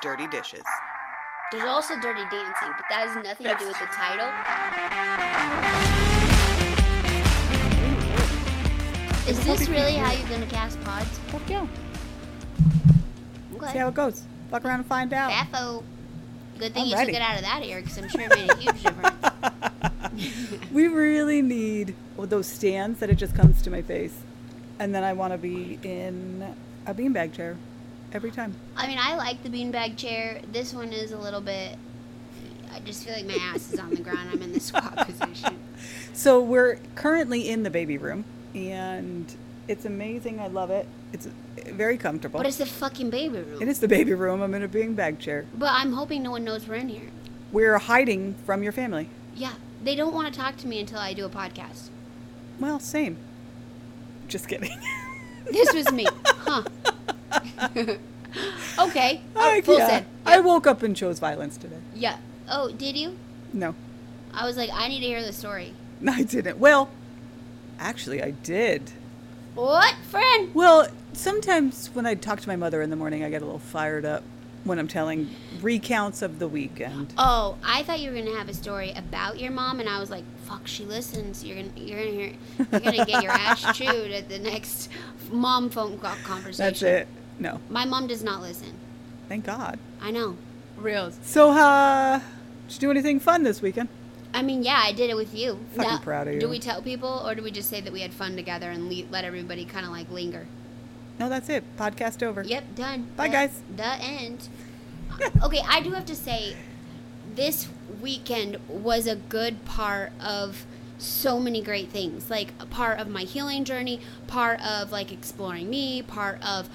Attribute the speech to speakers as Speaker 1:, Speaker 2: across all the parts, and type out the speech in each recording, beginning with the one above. Speaker 1: dirty dishes.
Speaker 2: There's also Dirty Dancing, but that has nothing to do with the title. Is this really how you're gonna cast pods?
Speaker 3: Fuck yeah. See
Speaker 2: Okay.
Speaker 3: how it goes. Fuck around and find out.
Speaker 2: Baffo. Good thing you
Speaker 3: Alrighty.
Speaker 2: took it out of that, Eric, because I'm sure it made a huge difference.
Speaker 3: we really need those stands that it just comes to my face. And then I want to be in a beanbag chair every time.
Speaker 2: I mean, I like the beanbag chair. This one is a little bit. I just feel like my ass is on the ground. I'm in the squat position.
Speaker 3: So we're currently in the baby room and it's amazing. I love it. It's very comfortable.
Speaker 2: But it's the fucking baby room.
Speaker 3: it is the baby room. I'm in a beanbag chair.
Speaker 2: But I'm hoping no one knows we're in here.
Speaker 3: We're hiding from your family.
Speaker 2: Yeah, they don't want to talk to me until I do a podcast.
Speaker 3: Well, same. Just kidding.
Speaker 2: This was me, huh? okay. Oh,
Speaker 3: Heck
Speaker 2: full
Speaker 3: yeah.
Speaker 2: send.
Speaker 3: I woke up and chose violence today.
Speaker 2: Yeah. Oh, did you?
Speaker 3: No,
Speaker 2: I was like, I need to hear the story.
Speaker 3: I didn't. Well, actually, I did.
Speaker 2: What, friend?
Speaker 3: Well, sometimes when I talk to my mother in the morning, I get a little fired up when I'm telling recounts of the weekend.
Speaker 2: Oh, I thought you were gonna have a story about your mom, and I was like, "Fuck, she listens. You're gonna, you're gonna hear, you're gonna get your ass chewed at the next mom phone call conversation."
Speaker 3: That's it. No,
Speaker 2: My mom does not listen.
Speaker 3: thank God.
Speaker 2: I know. Reals.
Speaker 3: So, uh, did you do anything fun this weekend?
Speaker 2: I mean, yeah, I did it with you.
Speaker 3: Fucking proud of you.
Speaker 2: Do we tell people, or do we just say that we had fun together and le- let everybody kind of like linger?
Speaker 3: No, that's it. Podcast over.
Speaker 2: Yep, done.
Speaker 3: Bye,
Speaker 2: the,
Speaker 3: guys.
Speaker 2: The end. okay, I do have to say, this weekend was a good part of so many great things. Like a part of my healing journey, part of like exploring me, part of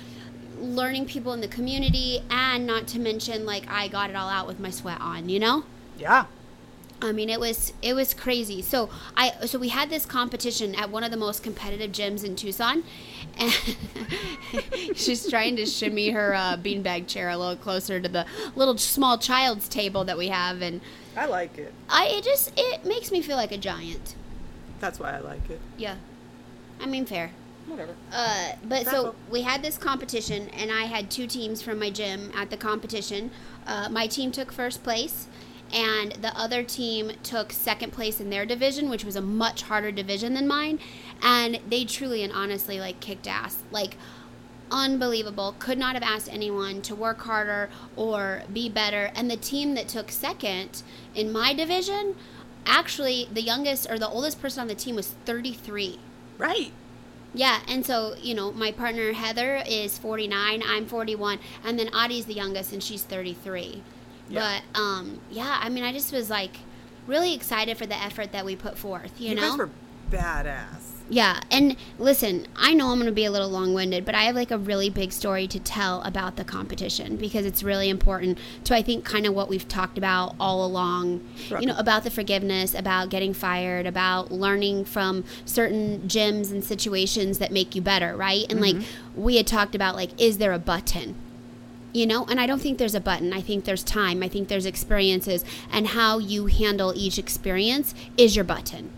Speaker 2: learning people in the community, and not to mention like I got it all out with my sweat on. You know.
Speaker 3: Yeah.
Speaker 2: I mean, it was it was crazy. So I so we had this competition at one of the most competitive gyms in Tucson, and she's trying to shimmy her uh, beanbag chair a little closer to the little small child's table that we have, and
Speaker 3: I like it.
Speaker 2: I it just it makes me feel like a giant.
Speaker 3: That's why I like it.
Speaker 2: Yeah, I mean fair.
Speaker 3: Whatever.
Speaker 2: Uh, but so
Speaker 3: Baffle.
Speaker 2: we had this competition, and I had two teams from my gym at the competition. Uh, my team took first place, and the other team took second place in their division, which was a much harder division than mine. And they truly and honestly like kicked ass. Like, unbelievable. Could not have asked anyone to work harder or be better. And the team that took second in my division, actually, the youngest or the oldest person on the team was 33.
Speaker 3: Right.
Speaker 2: Yeah, and so, you know, my partner Heather is 49, I'm 41, and then Adi's the youngest and she's 33.
Speaker 3: Yeah.
Speaker 2: But um yeah, I mean, I just was like really excited for the effort that we put forth, you, know?
Speaker 3: badass.
Speaker 2: Yeah, and listen, I know I'm going to be a little long winded, but I have like a really big story to tell about the competition because it's really important to, I think, kind of what we've talked about all along. You know, about the forgiveness, about getting fired, about learning from certain gyms and situations that make you better, right? And like we had talked about, like, is there a button? you know and i don't think there's a button i think there's time i think there's experiences and how you handle each experience is your button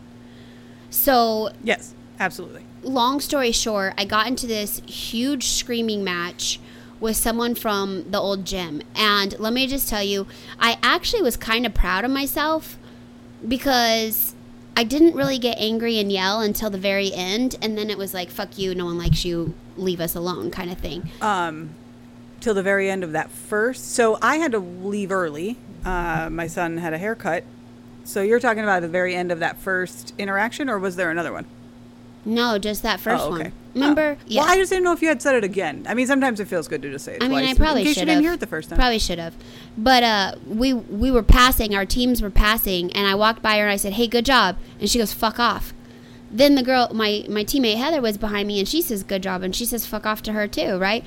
Speaker 2: so
Speaker 3: Yes, absolutely.
Speaker 2: long story short, I got into this huge screaming match with someone from the old gym. And let me just tell you, I actually was kind of proud of myself because I didn't really get angry and yell until the very end. And then it was like, fuck you, no one likes you, leave us alone kind of thing.
Speaker 3: Uh, till the very end of that first. So I had to leave early. Uh, my son had a haircut. So you're talking about the very end of that first interaction, or was there another one?
Speaker 2: no, just that first
Speaker 3: Oh, okay.
Speaker 2: one. Remember?
Speaker 3: Oh. Well, I just didn't know if you had said it again. I mean, sometimes it feels good to just say it
Speaker 2: I
Speaker 3: twice.
Speaker 2: mean, I
Speaker 3: in
Speaker 2: probably
Speaker 3: case
Speaker 2: should
Speaker 3: you
Speaker 2: have.
Speaker 3: didn't hear it the first time.
Speaker 2: Probably should have. But uh, we we were passing. Our teams were passing, and I walked by her and I said, "Hey, good job." And she goes, "Fuck off." Then the girl, my my teammate Heather, was behind me, and she says, "Good job," and she says, "Fuck off" to her too, right?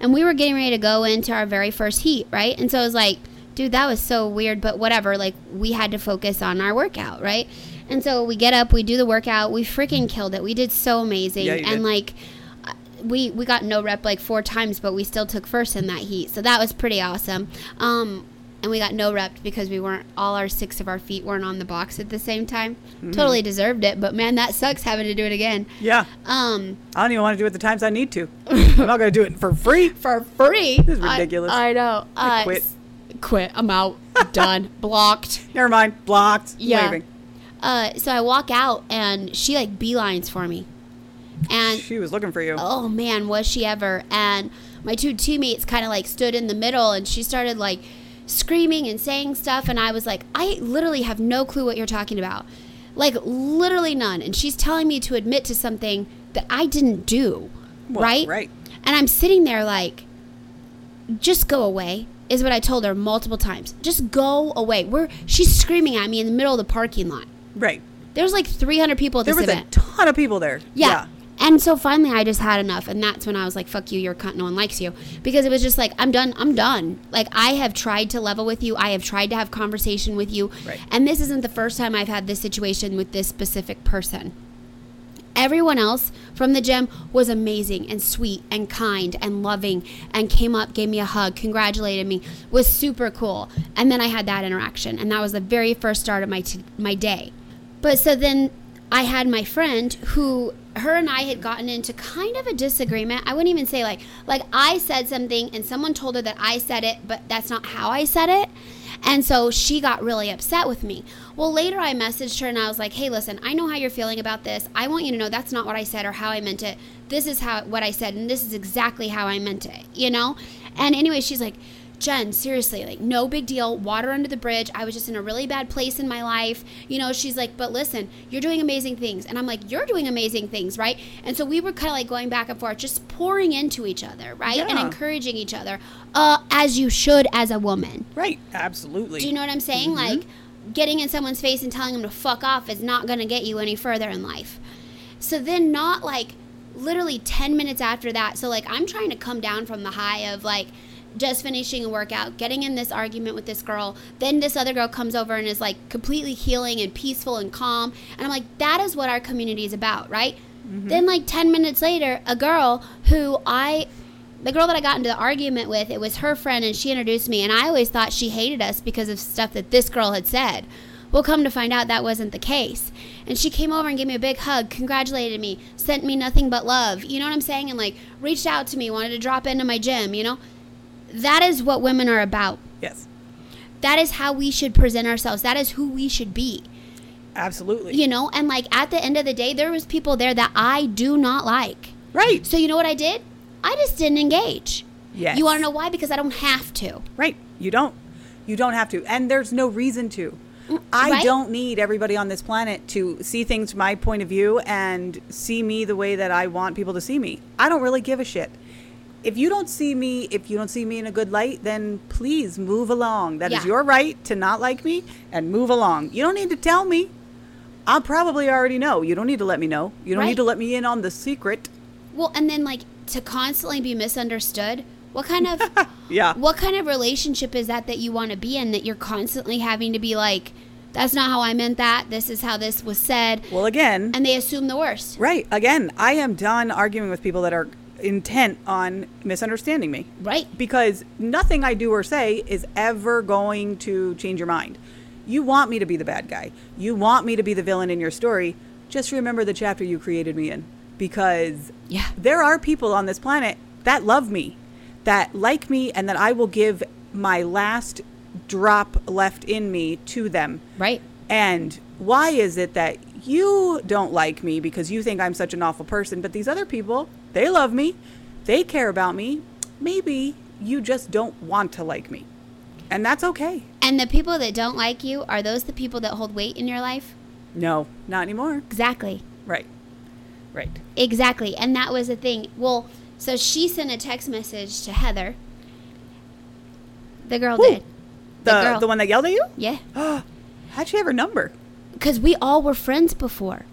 Speaker 2: And we were getting ready to go into our very first heat, right? And so I was like, "Dude, that was so weird," but whatever. Like we had to focus on our workout, right? And so we get up, we do the workout, we freaking killed it. We did so amazing,
Speaker 3: Yeah, you
Speaker 2: and
Speaker 3: did.
Speaker 2: like we we got no rep like four times, but we still took first in that heat. So that was pretty awesome. Um, and we got no rep because we weren't all our six of our feet weren't on the box at the same time. Totally deserved it, but man, that sucks having to do it again.
Speaker 3: Yeah.
Speaker 2: Um,
Speaker 3: I don't even want to do it the times I need to. I'm not going to do it for free.
Speaker 2: for free. This
Speaker 3: is ridiculous.
Speaker 2: I, know.
Speaker 3: I
Speaker 2: Uh,
Speaker 3: quit.
Speaker 2: s- Quit. I'm out. Done. Blocked.
Speaker 3: Never mind. Blocked.
Speaker 2: Yeah.
Speaker 3: Waving.
Speaker 2: Uh, so I walk out and she like beelines for me, and
Speaker 3: She was looking for you.
Speaker 2: oh man, was she ever? And my two teammates kind of like stood in the middle and she started like screaming and saying stuff. And I was like, I literally have no clue what you're talking about. Like, literally none. And she's telling me to admit to something that I didn't do.
Speaker 3: Well,
Speaker 2: right?
Speaker 3: right.
Speaker 2: And I'm sitting there like, just go away is what I told her multiple times. Just go away. We're she's screaming at me in the middle of the parking lot.
Speaker 3: Right.
Speaker 2: There's like 300 people at
Speaker 3: There
Speaker 2: this
Speaker 3: was a
Speaker 2: event.
Speaker 3: ton of people there.
Speaker 2: Yeah. And so finally, I just had enough, and that's when I was like, "Fuck you, you're a cunt. No one likes you," because it was just like, "I'm done. I'm done." Like I have tried to level with you. I have tried to have conversation with you,
Speaker 3: Right.
Speaker 2: and this isn't the first time I've had this situation with this specific person. Everyone else from the gym was amazing and sweet and kind and loving and came up, gave me a hug, congratulated me, was super cool. And then I had that interaction, and that was the very first start of my t- my day. But so then I had my friend who her and I had gotten into kind of a disagreement. I wouldn't even say like like I said something and someone told her that I said it, but that's not how I said it. And so she got really upset with me. Well, later I messaged her and I was like, "Hey, listen, I know how you're feeling about this. I want you to know that's not what I said or how I meant it. This is how what I said and this is exactly how I meant it, you know?" And anyway, she's like, "Jen, seriously, like no big deal. Water under the bridge. I was just in a really bad place in my life." You know, she's like, "But listen, you're doing amazing things." And I'm like, "You're doing amazing things, right?" And so we were kind of like going back and forth, just pouring into each other, right? And
Speaker 3: Yeah.
Speaker 2: encouraging each other. Uh as you should as a woman.
Speaker 3: Right. Absolutely.
Speaker 2: Do you know what I'm saying? Like getting in someone's face and telling them to fuck off is not going to get you any further in life. So then not like literally 10 minutes after that. So like I'm trying to come down from the high of like just finishing a workout, getting in this argument with this girl, then this other girl comes over and is like completely healing and peaceful and calm. And I'm like that is what our community is about, right? Then like 10 minutes later, a girl who I the girl that I got into the argument with, it was her friend, and she introduced me, and I always thought she hated us because of stuff that this girl had said. Well, come to find out that wasn't the case. And she came over and gave me a big hug, congratulated me, sent me nothing but love. You know what I'm saying? And like reached out to me, wanted to drop into my gym, you know? That is what women are about.
Speaker 3: Yes.
Speaker 2: That is how we should present ourselves. That is who we should be.
Speaker 3: Absolutely.
Speaker 2: You know, and like at the end of the day, there was people there that I do not like.
Speaker 3: Right.
Speaker 2: So you know what I did? I just didn't engage.
Speaker 3: Yes.
Speaker 2: You want to know why? Because I don't have to.
Speaker 3: Right. You don't. You don't have to. And there's no reason to. I
Speaker 2: right?
Speaker 3: don't need everybody on this planet to see things from my point of view and see me the way that I want people to see me. I don't really give a shit. If you don't see me, if you don't see me in a good light, then please move along. That is
Speaker 2: Yeah.
Speaker 3: your right to not like me and move along. You don't need to tell me. I probably already know. You don't need to let me know. You don't
Speaker 2: Right.
Speaker 3: need to let me in on the secret.
Speaker 2: Well, and then like to constantly be misunderstood. What kind of
Speaker 3: Yeah.
Speaker 2: what kind of relationship is that that you want to be in that you're constantly having to be like that's not how I meant that. This is how this was said.
Speaker 3: Well, again,
Speaker 2: And they assume the worst.
Speaker 3: Right. Again, I am done arguing with people that are intent on misunderstanding me.
Speaker 2: Right.
Speaker 3: Because nothing I do or say is ever going to change your mind. You want me to be the bad guy. You want me to be the villain in your story. Just remember the chapter you created me in because
Speaker 2: Yeah.
Speaker 3: there are people on this planet that love me, that like me and that I will give my last drop left in me to them.
Speaker 2: Right.
Speaker 3: And why is it that you don't like me because you think I'm such an awful person, but these other people, they love me, they care about me. Maybe you just don't want to like me. And that's okay.
Speaker 2: And the people that don't like you are those the people that hold weight in your life?
Speaker 3: No, not anymore.
Speaker 2: Exactly.
Speaker 3: Right. Right.
Speaker 2: Exactly. And that was the thing. Well, so she sent a text message to Heather. The girl
Speaker 3: Who?
Speaker 2: did.
Speaker 3: The the,
Speaker 2: girl.
Speaker 3: one that yelled at you?
Speaker 2: Yeah.
Speaker 3: How'd she have her number?
Speaker 2: Because we all were friends before.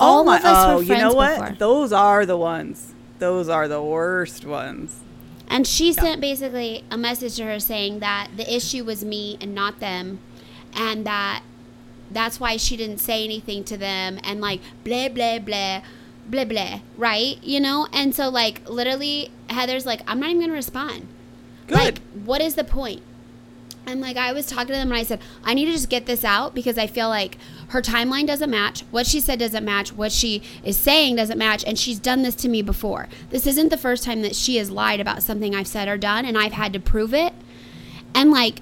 Speaker 2: All of us were
Speaker 3: oh, you know
Speaker 2: friends
Speaker 3: what?
Speaker 2: before.
Speaker 3: Those are the ones. Those are the worst ones.
Speaker 2: And she sent basically a message to her saying that the issue was me and not them, and that that's why she didn't say anything to them, and like blah blah blah, blah blah, right? You know. And so like literally, Heather's like, I'm not even gonna respond.
Speaker 3: Good.
Speaker 2: Like, what is the point? And like I was talking to them and I said, I need to just get this out because I feel like her timeline doesn't match. What she said doesn't match. What she is saying doesn't match. And she's done this to me before. This isn't the first time that she has lied about something I've said or done and I've had to prove it. And like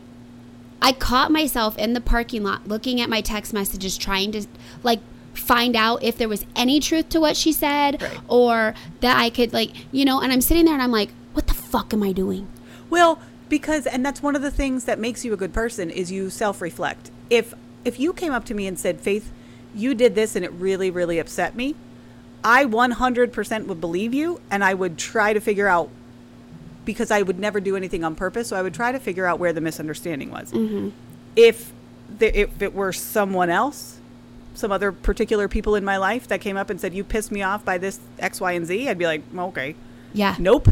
Speaker 2: I caught myself in the parking lot looking at my text messages trying to like find out if there was any truth to what she said
Speaker 3: Right.
Speaker 2: or that I could like, you know, and I'm sitting there and I'm like, what the fuck am I doing?
Speaker 3: Well, because and that's one of the things that makes you a good person is you self-reflect. If if you came up to me and said, "Faith, you did this and it really really upset me," I 100% would believe you and I would try to figure out because I would never do anything on purpose, so I would try to figure out where the misunderstanding was. If the, if it were someone else, some other particular people in my life that came up and said, "You pissed me off by this X, Y, and Z," I'd be like, "Okay."
Speaker 2: Yeah.
Speaker 3: nope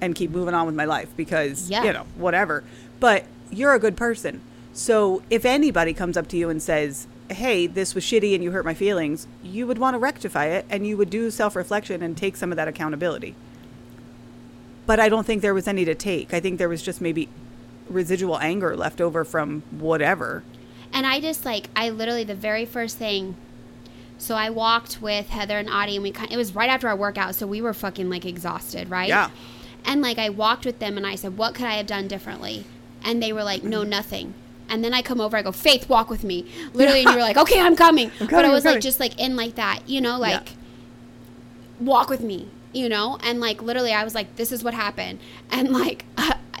Speaker 3: and keep moving on with my life because
Speaker 2: Yeah.
Speaker 3: you know whatever but you're a good person so if anybody comes up to you and says hey this was shitty and you hurt my feelings you would want to rectify it and you would do self-reflection and take some of that accountability but i don't think there was any to take i think there was just maybe residual anger left over from whatever
Speaker 2: And I just like I literally the very first thing. So I walked with Heather and Audie, and we kind. It was right after our workout, so we were fucking like exhausted, right?
Speaker 3: Yeah.
Speaker 2: And like I walked with them, and I said, "What could I have done differently?" And they were like,
Speaker 3: Mm-hmm.
Speaker 2: "No, nothing." And then I come over, I go, "Faith, walk with me," literally, and you were like, "Okay, I'm coming." but
Speaker 3: coming,
Speaker 2: I
Speaker 3: I'm
Speaker 2: was like,
Speaker 3: coming.
Speaker 2: just like in like that, you know,
Speaker 3: Yeah.
Speaker 2: like walk with me, you know? And like literally I was like this is what happened. And like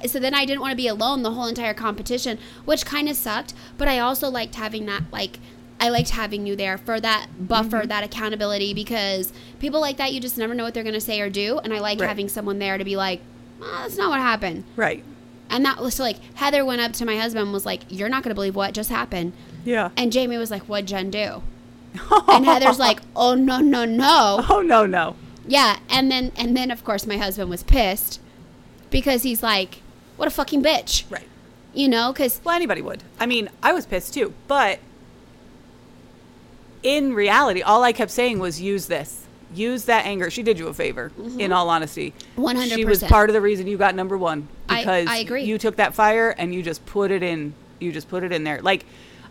Speaker 2: so then I didn't want to be alone the whole entire competition, which kind of sucked, but I also liked having that like I liked having you there for that buffer,
Speaker 3: Mm-hmm.
Speaker 2: that accountability because people like that you just never know what they're going to say or do and I like
Speaker 3: Right.
Speaker 2: having someone there to be like, "Ah, "That's not what happened."
Speaker 3: right
Speaker 2: And that was so like Heather went up to my husband and was like, "You're not going to believe what just happened."
Speaker 3: yeah
Speaker 2: And Jamie was like, "What'd Jen do?" And Heather's like, "Oh no, no, no."
Speaker 3: oh no no
Speaker 2: Yeah, and then and then of course my husband was pissed because he's like, "What a fucking bitch."
Speaker 3: right
Speaker 2: You know, cuz
Speaker 3: Well, anybody would. I mean, I was pissed too, but in reality, all I kept saying was use this. Use that anger. She did you a favor,
Speaker 2: Mm-hmm.
Speaker 3: in all honesty.
Speaker 2: 100%.
Speaker 3: She was part of the reason you got number one
Speaker 2: I-
Speaker 3: because
Speaker 2: I agree.
Speaker 3: you took that fire and you just put it in. You just put it in there. Like,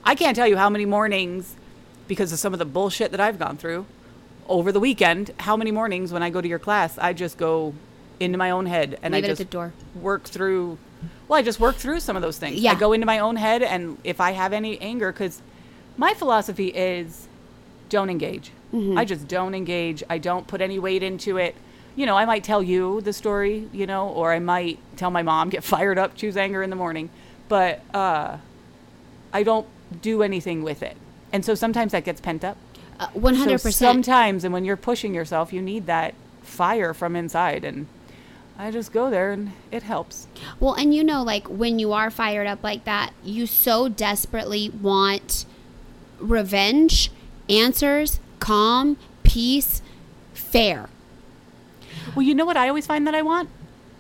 Speaker 3: I can't tell you how many mornings, because of some of the bullshit that I've gone through over the weekend, how many mornings when I go to your class, I just go into my own head and
Speaker 2: Leave
Speaker 3: I
Speaker 2: it
Speaker 3: just
Speaker 2: at the door.
Speaker 3: work through well i just work through some of those things
Speaker 2: Yeah.
Speaker 3: i go into my own head and if i have any anger because my philosophy is don't engage i just don't engage i don't put any weight into it you know i might tell you the story you know or i might tell my mom get fired up choose anger in the morning but uh i don't do anything with it and so sometimes that gets pent up
Speaker 2: uh,
Speaker 3: so
Speaker 2: 100%.
Speaker 3: sometimes, and when you're pushing yourself, you need that fire from inside. And I just go there, and it helps.
Speaker 2: well, and you know like when you are fired up like that, you so desperately want revenge, answers, calm, peace, fair.
Speaker 3: Well, you know what I always find that I want?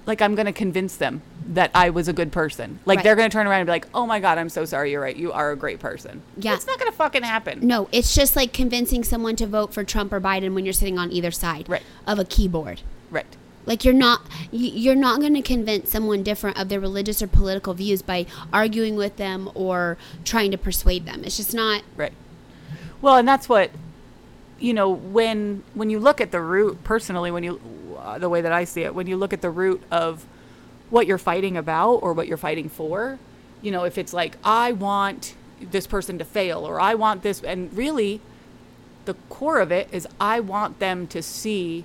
Speaker 3: Like, I'm going to convince them that I was a good person. Like,
Speaker 2: Right.
Speaker 3: they're going to turn around and be like, oh my God, I'm so sorry. You're right. You are a great person.
Speaker 2: Yeah.
Speaker 3: It's not going to fucking happen.
Speaker 2: No, it's just like convincing someone to vote for Trump or Biden when you're sitting on either side
Speaker 3: Right.
Speaker 2: of a keyboard.
Speaker 3: Right.
Speaker 2: Like you're not you- you're not going to convince someone different of their religious or political views by arguing with them or trying to persuade them. It's just not
Speaker 3: Right. Well, and that's what you know when when you look at the root personally when you uh, the way that I see it when you look at the root of what you're fighting about or what you're fighting for, you know, if it's like I want this person to fail or I want this and really the core of it is I want them to see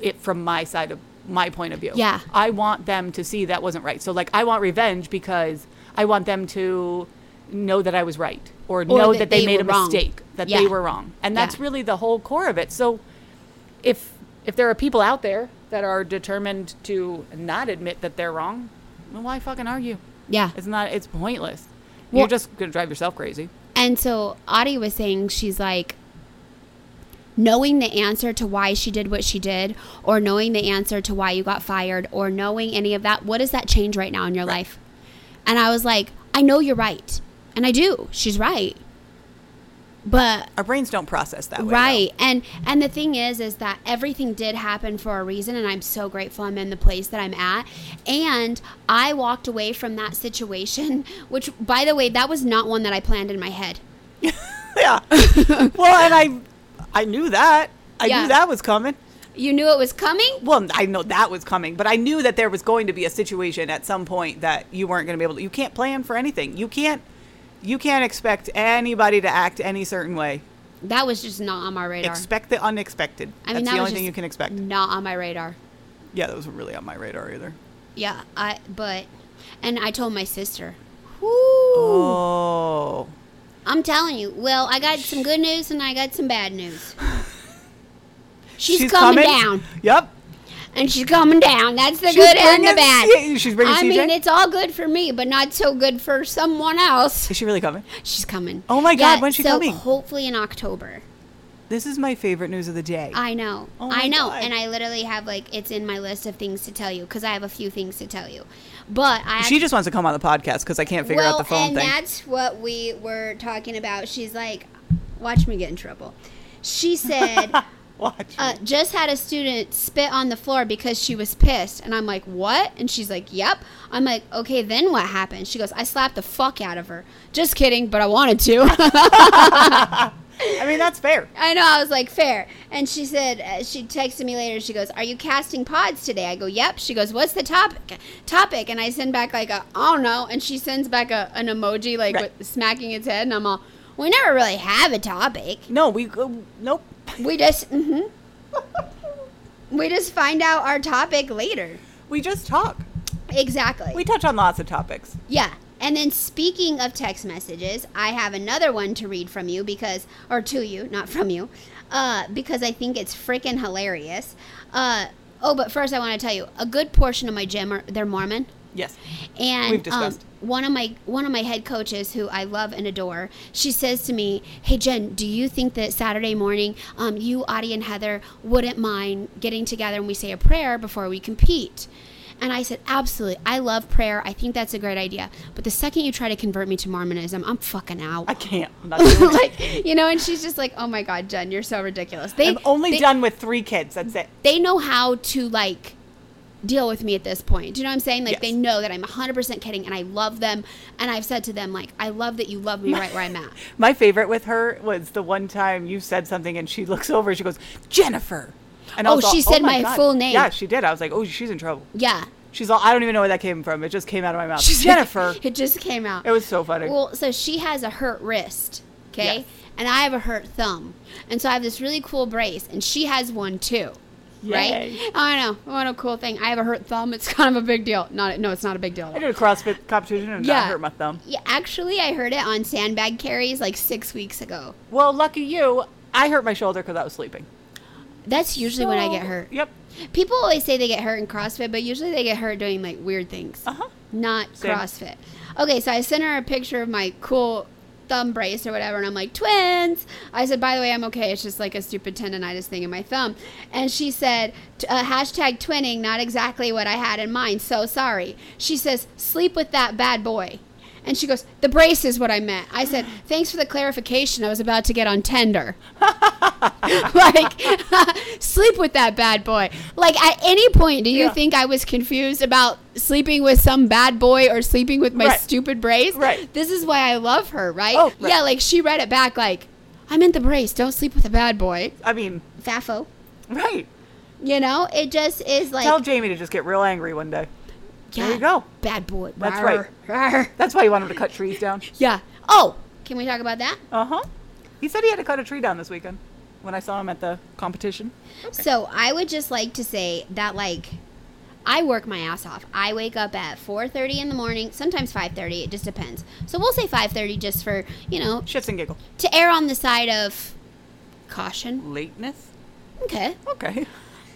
Speaker 3: it from my side of my point of view.
Speaker 2: Yeah.
Speaker 3: I want them to see that wasn't right. So like I want revenge because I want them to know that I was right or, know
Speaker 2: that
Speaker 3: that, they,
Speaker 2: they
Speaker 3: made
Speaker 2: were
Speaker 3: a
Speaker 2: wrong.
Speaker 3: mistake, that
Speaker 2: Yeah.
Speaker 3: they were wrong. And that's
Speaker 2: Yeah.
Speaker 3: really the whole core of it. So if if there are people out there that are determined to not admit that they're wrong, then why fucking argue?
Speaker 2: yeah.
Speaker 3: It's not it's pointless.
Speaker 2: Well-
Speaker 3: You're just going to drive yourself crazy.
Speaker 2: And so Audie was saying she's like knowing the answer to why she did what she did or knowing the answer to why you got fired or knowing any of that what does that change right now in your life? And I was like, I know you're right. And I do. She's right. But
Speaker 3: Our brains don't process that way. though.
Speaker 2: right and and the thing is is that everything did happen for a reason and i'm so grateful i'm in the place that i'm at and i walked away from that situation which by the way that was not one that i planned in my head
Speaker 3: Yeah. well, and I, I knew that. I
Speaker 2: Yeah.
Speaker 3: knew that was coming.
Speaker 2: you knew it was coming
Speaker 3: Well, I know that was coming, but I knew that there was going to be a situation at some point that you weren't going to be able to. You can't plan for anything. You can't. You can't expect anybody to act any certain way.
Speaker 2: that was just not on my radar
Speaker 3: Expect the unexpected.
Speaker 2: i mean
Speaker 3: That's
Speaker 2: that
Speaker 3: the only
Speaker 2: was
Speaker 3: thing
Speaker 2: just Mm.
Speaker 3: you can expect.
Speaker 2: not on my radar
Speaker 3: Yeah, that was really on my radar either.
Speaker 2: yeah i but and i told my sister Whoo,
Speaker 3: Oh.
Speaker 2: i'm telling you well i got some good news and i got some bad news she's, coming down
Speaker 3: Yep.
Speaker 2: and she's coming down. That's the
Speaker 3: She's
Speaker 2: good and the
Speaker 3: bringing
Speaker 2: bad.
Speaker 3: C- she's bringing
Speaker 2: I
Speaker 3: CJ?
Speaker 2: mean, it's all good for me, but not so good for someone else.
Speaker 3: Is she really coming?
Speaker 2: She's coming.
Speaker 3: Oh my God, when's she
Speaker 2: so
Speaker 3: coming?
Speaker 2: Hopefully in October.
Speaker 3: This is my favorite news of the day.
Speaker 2: I know.
Speaker 3: Oh my
Speaker 2: I know.
Speaker 3: God.
Speaker 2: And I literally have like it's in my list of things to tell you because I have a few things to tell you. But I
Speaker 3: she just wants to come on the podcast because I can't figure
Speaker 2: well,
Speaker 3: out the phone
Speaker 2: and
Speaker 3: thing.
Speaker 2: that's what we were talking about. She's like, watch me get in trouble. She said.
Speaker 3: Watch.
Speaker 2: uh, just had a student spit on the floor because she was pissed. And I'm like, what? And she's like, yep. I'm like, okay, then what happened? She goes, I slapped the fuck out of her. Just kidding, but I wanted to.
Speaker 3: I mean, that's fair.
Speaker 2: I know, I was like, fair. And she said, uh, she texted me later. She goes, are you casting pods today? I go, yep. She goes, what's the topic? Topic. And I send back like a, I don't know. And she sends back a, an emoji like
Speaker 3: Right.
Speaker 2: with, smacking its head. And I'm all, we never really have a topic.
Speaker 3: No, we. Uh, nope.
Speaker 2: We just, hmm we just find out our topic later.
Speaker 3: We just talk.
Speaker 2: Exactly.
Speaker 3: We touch on lots of topics.
Speaker 2: yeah. And then speaking of text messages, I have another one to read from you because, or to you, not from you, uh, because I think it's freaking hilarious. Uh, oh, but first I want to tell you, a good portion of my gym are they're Mormon,
Speaker 3: Yes.
Speaker 2: and
Speaker 3: We've discussed.
Speaker 2: Um, one of my one of my head coaches, who I love and adore, she says to me, "Hey Jen, do you think that Saturday morning, um, you, Audie, and Heather wouldn't mind getting together and we say a prayer before we compete?" And I said, "Absolutely. I love prayer. I think that's a great idea. But the second you try to convert me to Mormonism, I'm fucking out."
Speaker 3: I can't. I'm not doing it.
Speaker 2: like you know, and she's just like, "Oh my God, Jen, you're so ridiculous." They
Speaker 3: I'm only
Speaker 2: they,
Speaker 3: done with three kids. That's it.
Speaker 2: they know how to like deal with me at this point. Do you know what I'm saying? Like
Speaker 3: Yes.
Speaker 2: they know that I'm 100% kidding and I love them and I've said to them like I love that you love me right where I'm at.
Speaker 3: My favorite with her was the one time you said something and she looks over and she goes, Jennifer. And I
Speaker 2: Oh,
Speaker 3: was all,
Speaker 2: she said my full name.
Speaker 3: Yeah, she did. I was like, oh, she's in trouble.
Speaker 2: Yeah.
Speaker 3: She's all, I don't even know where that came from. It just came out of my mouth. Jennifer.
Speaker 2: it just came out.
Speaker 3: it was so funny.
Speaker 2: Well, so she has a hurt wrist, okay?
Speaker 3: Yes.
Speaker 2: And I have a hurt thumb. And so I have this really cool brace, and she has one too.
Speaker 3: Yay.
Speaker 2: Right? I know. What a cool thing. I have a hurt thumb. It's kind of a big deal. Not no, it's not a big deal. at all.
Speaker 3: I did a CrossFit competition and I hurt my thumb.
Speaker 2: Yeah, actually, I heard it on sandbag carries like six weeks ago.
Speaker 3: Well, lucky you, I hurt my shoulder because I was sleeping.
Speaker 2: That's usually when I get
Speaker 3: So-
Speaker 2: hurt.
Speaker 3: Yep.
Speaker 2: People always say they get hurt in CrossFit, but usually they get hurt doing like weird things,
Speaker 3: Uh-huh.
Speaker 2: not
Speaker 3: Same.
Speaker 2: CrossFit. Okay, so I sent her a picture of my cool thumb brace or whatever, and I'm like, twins. I said, by the way, I'm okay. It's just like a stupid tendonitis thing in my thumb. And she said, t- uh, hashtag twinning, not exactly what I had in mind. So sorry. She says, sleep with that bad boy. And she goes, the brace is what I meant. I said, thanks for the clarification. I was about to get on tender like sleep with that bad boy like at any point do you
Speaker 3: Yeah.
Speaker 2: think i was confused about sleeping with some bad boy or sleeping with my
Speaker 3: Right.
Speaker 2: stupid brace
Speaker 3: Right.
Speaker 2: this is why i love her right?
Speaker 3: Oh, right.
Speaker 2: yeah like she read it back like i meant the brace don't sleep with a bad boy
Speaker 3: I mean,
Speaker 2: faffo
Speaker 3: right.
Speaker 2: you know it just is like
Speaker 3: Tell Jamie to just get real angry one day. there you go.
Speaker 2: bad boy
Speaker 3: That's
Speaker 2: Rawr, rawr.
Speaker 3: That's why you want him to cut trees down.
Speaker 2: yeah oh can we talk about that
Speaker 3: Uh huh. He said he had to cut a tree down this weekend when I saw him at the competition.
Speaker 2: So I would just like to say that like I work my ass off. I wake up at 4:30 in the morning, sometimes 5:30, it just depends. So we'll say 5:30 just for, you know,
Speaker 3: Shits and giggle.
Speaker 2: to err on the side of caution.
Speaker 3: Lateness?
Speaker 2: Okay.
Speaker 3: Okay.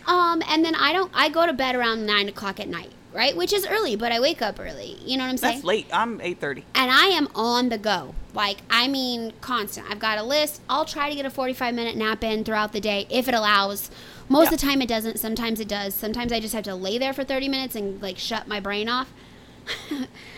Speaker 2: Um and then I don't I go to bed around 9 o'clock at night, right? Which is early, but I wake up early. You know what I'm saying?
Speaker 3: That's late. I'm 8.30.
Speaker 2: and I am on the go. Like, I mean, constant. I've got a list. I'll try to get a 45 minute nap in throughout the day if it allows. Most of the time, it doesn't. Sometimes it does. Sometimes I just have to lay there for 30 minutes and like shut my brain off.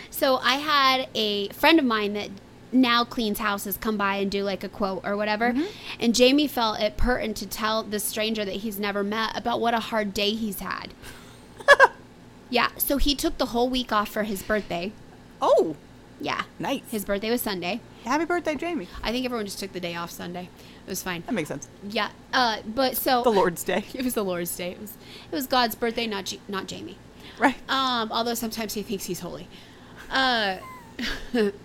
Speaker 2: so, I had a friend of mine that now cleans houses come by and do like a quote or whatever. And Jamie felt it pertinent to tell this stranger that he's never met about what a hard day he's had. yeah, so he took the whole week off for his birthday.
Speaker 3: Oh,
Speaker 2: Yeah.
Speaker 3: nice.
Speaker 2: His birthday was Sunday.
Speaker 3: Happy birthday, Jamie.
Speaker 2: I think everyone just took the day off Sunday. It was fine.
Speaker 3: That makes sense.
Speaker 2: Yeah. Uh, but so
Speaker 3: The Lord's Day,
Speaker 2: it was the Lord's day. It was it was God's birthday, not G- not Jamie.
Speaker 3: right?
Speaker 2: Um, although sometimes he thinks he's holy. Uh,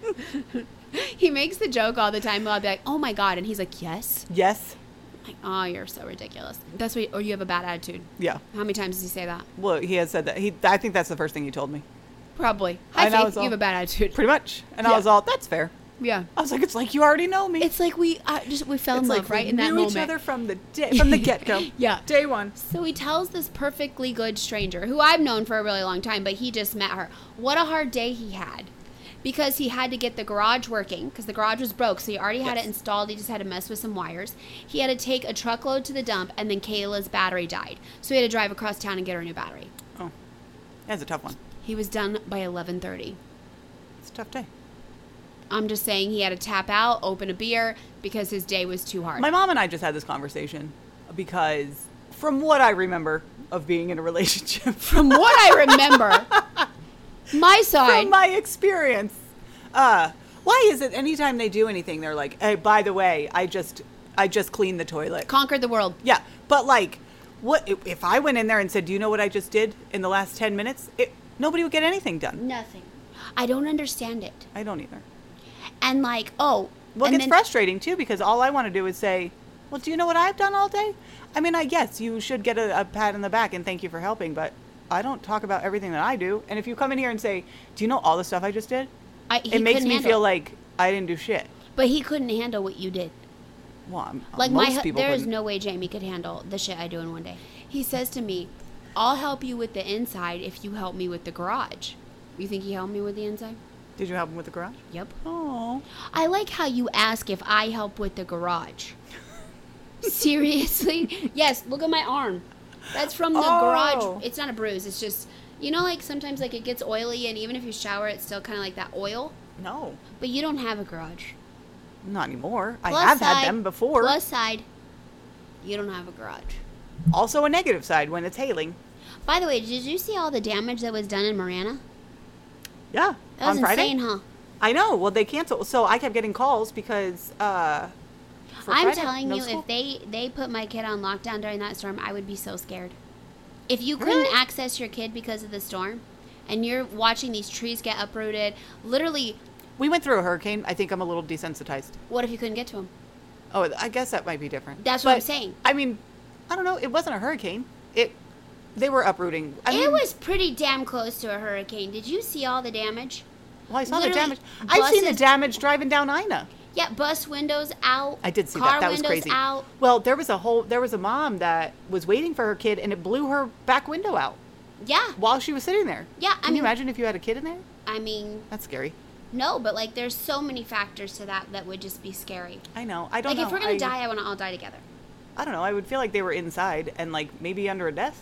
Speaker 2: he makes the joke all the time. I'll be like, "Oh my God," and he's like, "Yes."
Speaker 3: Yes.
Speaker 2: I'm like, oh, you're so ridiculous. That's what. Or you have a bad attitude.
Speaker 3: Yeah.
Speaker 2: How many times does he say that?
Speaker 3: Well, he has said that. He, I think that's the first thing he told me,
Speaker 2: Probably. Hi,
Speaker 3: I know,
Speaker 2: Faith.
Speaker 3: it's
Speaker 2: You
Speaker 3: all-
Speaker 2: have a bad attitude.
Speaker 3: pretty much. And I
Speaker 2: Yeah.
Speaker 3: was all, "That's fair."
Speaker 2: yeah.
Speaker 3: I was like, "It's like you already know me."
Speaker 2: It's like we uh, just we fell in
Speaker 3: It's
Speaker 2: love,
Speaker 3: we
Speaker 2: right? In that
Speaker 3: knew
Speaker 2: moment.
Speaker 3: each other from the day, from the get go.
Speaker 2: Yeah.
Speaker 3: Day one.
Speaker 2: So he tells this perfectly good stranger, who I've known for a really long time, but he just met her, what a hard day he had. Because he had to get the garage working, because the garage was broke, so he already had it
Speaker 3: Yes.
Speaker 2: installed. He just had to mess with some wires. He had to take a truckload to the dump, and then Kayla's battery died, so he had to drive across town and get her a new battery.
Speaker 3: Oh, that's a tough one.
Speaker 2: He was done by eleven thirty.
Speaker 3: It's a tough day.
Speaker 2: I'm just saying he had to tap out, open a beer, because his day was too hard.
Speaker 3: My mom and I just had this conversation because, from what I remember of being in a relationship,
Speaker 2: From what I remember, my side.
Speaker 3: from my experience. Uh, why is it anytime they do anything, they're like, "Hey, by the way, I just, I just cleaned the toilet."
Speaker 2: Conquered the world.
Speaker 3: yeah, but like, what if- if I went in there and said, "Do you know what I just did in the last ten minutes?" It, nobody would get anything done.
Speaker 2: Nothing. I don't understand it.
Speaker 3: I don't either.
Speaker 2: And like, oh,
Speaker 3: Well,
Speaker 2: and
Speaker 3: it's
Speaker 2: then-
Speaker 3: frustrating too because all I want to do is say, "Well, do you know what I've done all day?" I mean, I guess you should get a, a pat on the back and thank you for helping, but I don't talk about everything that I do. And if you come in here and say, "Do you know all the stuff I just did?"
Speaker 2: I, he
Speaker 3: it makes
Speaker 2: couldn't
Speaker 3: me
Speaker 2: handle
Speaker 3: feel
Speaker 2: it.
Speaker 3: like I didn't do shit.
Speaker 2: but he couldn't handle what you did.
Speaker 3: Well, I'm,
Speaker 2: Like
Speaker 3: Oh, most
Speaker 2: my, hu-
Speaker 3: people
Speaker 2: there is
Speaker 3: wouldn't.
Speaker 2: no way Jamie could handle the shit I do in one day. He says to me, "I'll help you with the inside if you help me with the garage." You think he helped me with the inside?
Speaker 3: Did you help him with the garage?
Speaker 2: Yep.
Speaker 3: Oh,
Speaker 2: I like how you ask if I help with the garage. Seriously? yes, look at my arm. That's from the
Speaker 3: Oh.
Speaker 2: garage. It's not a bruise. It's just, you know, like sometimes like it gets oily and even if you shower, it's still kind of like that oil.
Speaker 3: no,
Speaker 2: But you don't have a garage.
Speaker 3: not anymore. I
Speaker 2: Plus
Speaker 3: have had
Speaker 2: side-
Speaker 3: them before.
Speaker 2: Plus side, you don't have a garage.
Speaker 3: also, a negative side when it's hailing.
Speaker 2: By the way, did you see all the damage that was done in Marana?
Speaker 3: Yeah,
Speaker 2: That was
Speaker 3: on Friday.
Speaker 2: insane, huh?
Speaker 3: I know. Well, they canceled, so I kept getting calls because. uh for
Speaker 2: I'm
Speaker 3: Friday,
Speaker 2: telling
Speaker 3: no
Speaker 2: you,
Speaker 3: school.
Speaker 2: if they they put my kid on lockdown during that storm, I would be so scared. If you couldn't
Speaker 3: Really?
Speaker 2: access your kid because of the storm, and you're watching these trees get uprooted, literally,
Speaker 3: we went through a hurricane, I think I'm a little desensitized.
Speaker 2: what if you couldn't get to them?
Speaker 3: Oh, I guess that might be different.
Speaker 2: That's what I'm saying.
Speaker 3: I mean, I don't know. It wasn't a hurricane. It they were uprooting. I
Speaker 2: it
Speaker 3: mean,
Speaker 2: was pretty damn close to a hurricane. Did you see all the damage?
Speaker 3: Well, I saw the
Speaker 2: literally
Speaker 3: damage. I've seen the
Speaker 2: buses-
Speaker 3: damage driving down Ina.
Speaker 2: Yeah, bus windows out.
Speaker 3: I did see
Speaker 2: car
Speaker 3: that. That was
Speaker 2: windows
Speaker 3: crazy.
Speaker 2: Out.
Speaker 3: Well, there was a whole there was a mom that was waiting for her kid and it blew her back window out
Speaker 2: Yeah,
Speaker 3: while she was sitting there.
Speaker 2: Yeah, I
Speaker 3: Can you
Speaker 2: mean-
Speaker 3: imagine if you had a kid in there?
Speaker 2: I mean,
Speaker 3: That's scary.
Speaker 2: no, but like, there's so many factors to that that would just be scary.
Speaker 3: I know. I don't
Speaker 2: Like,
Speaker 3: know.
Speaker 2: if we're gonna
Speaker 3: I,
Speaker 2: die, I want to all die together.
Speaker 3: I don't know. I would feel like they were inside and like maybe under a desk.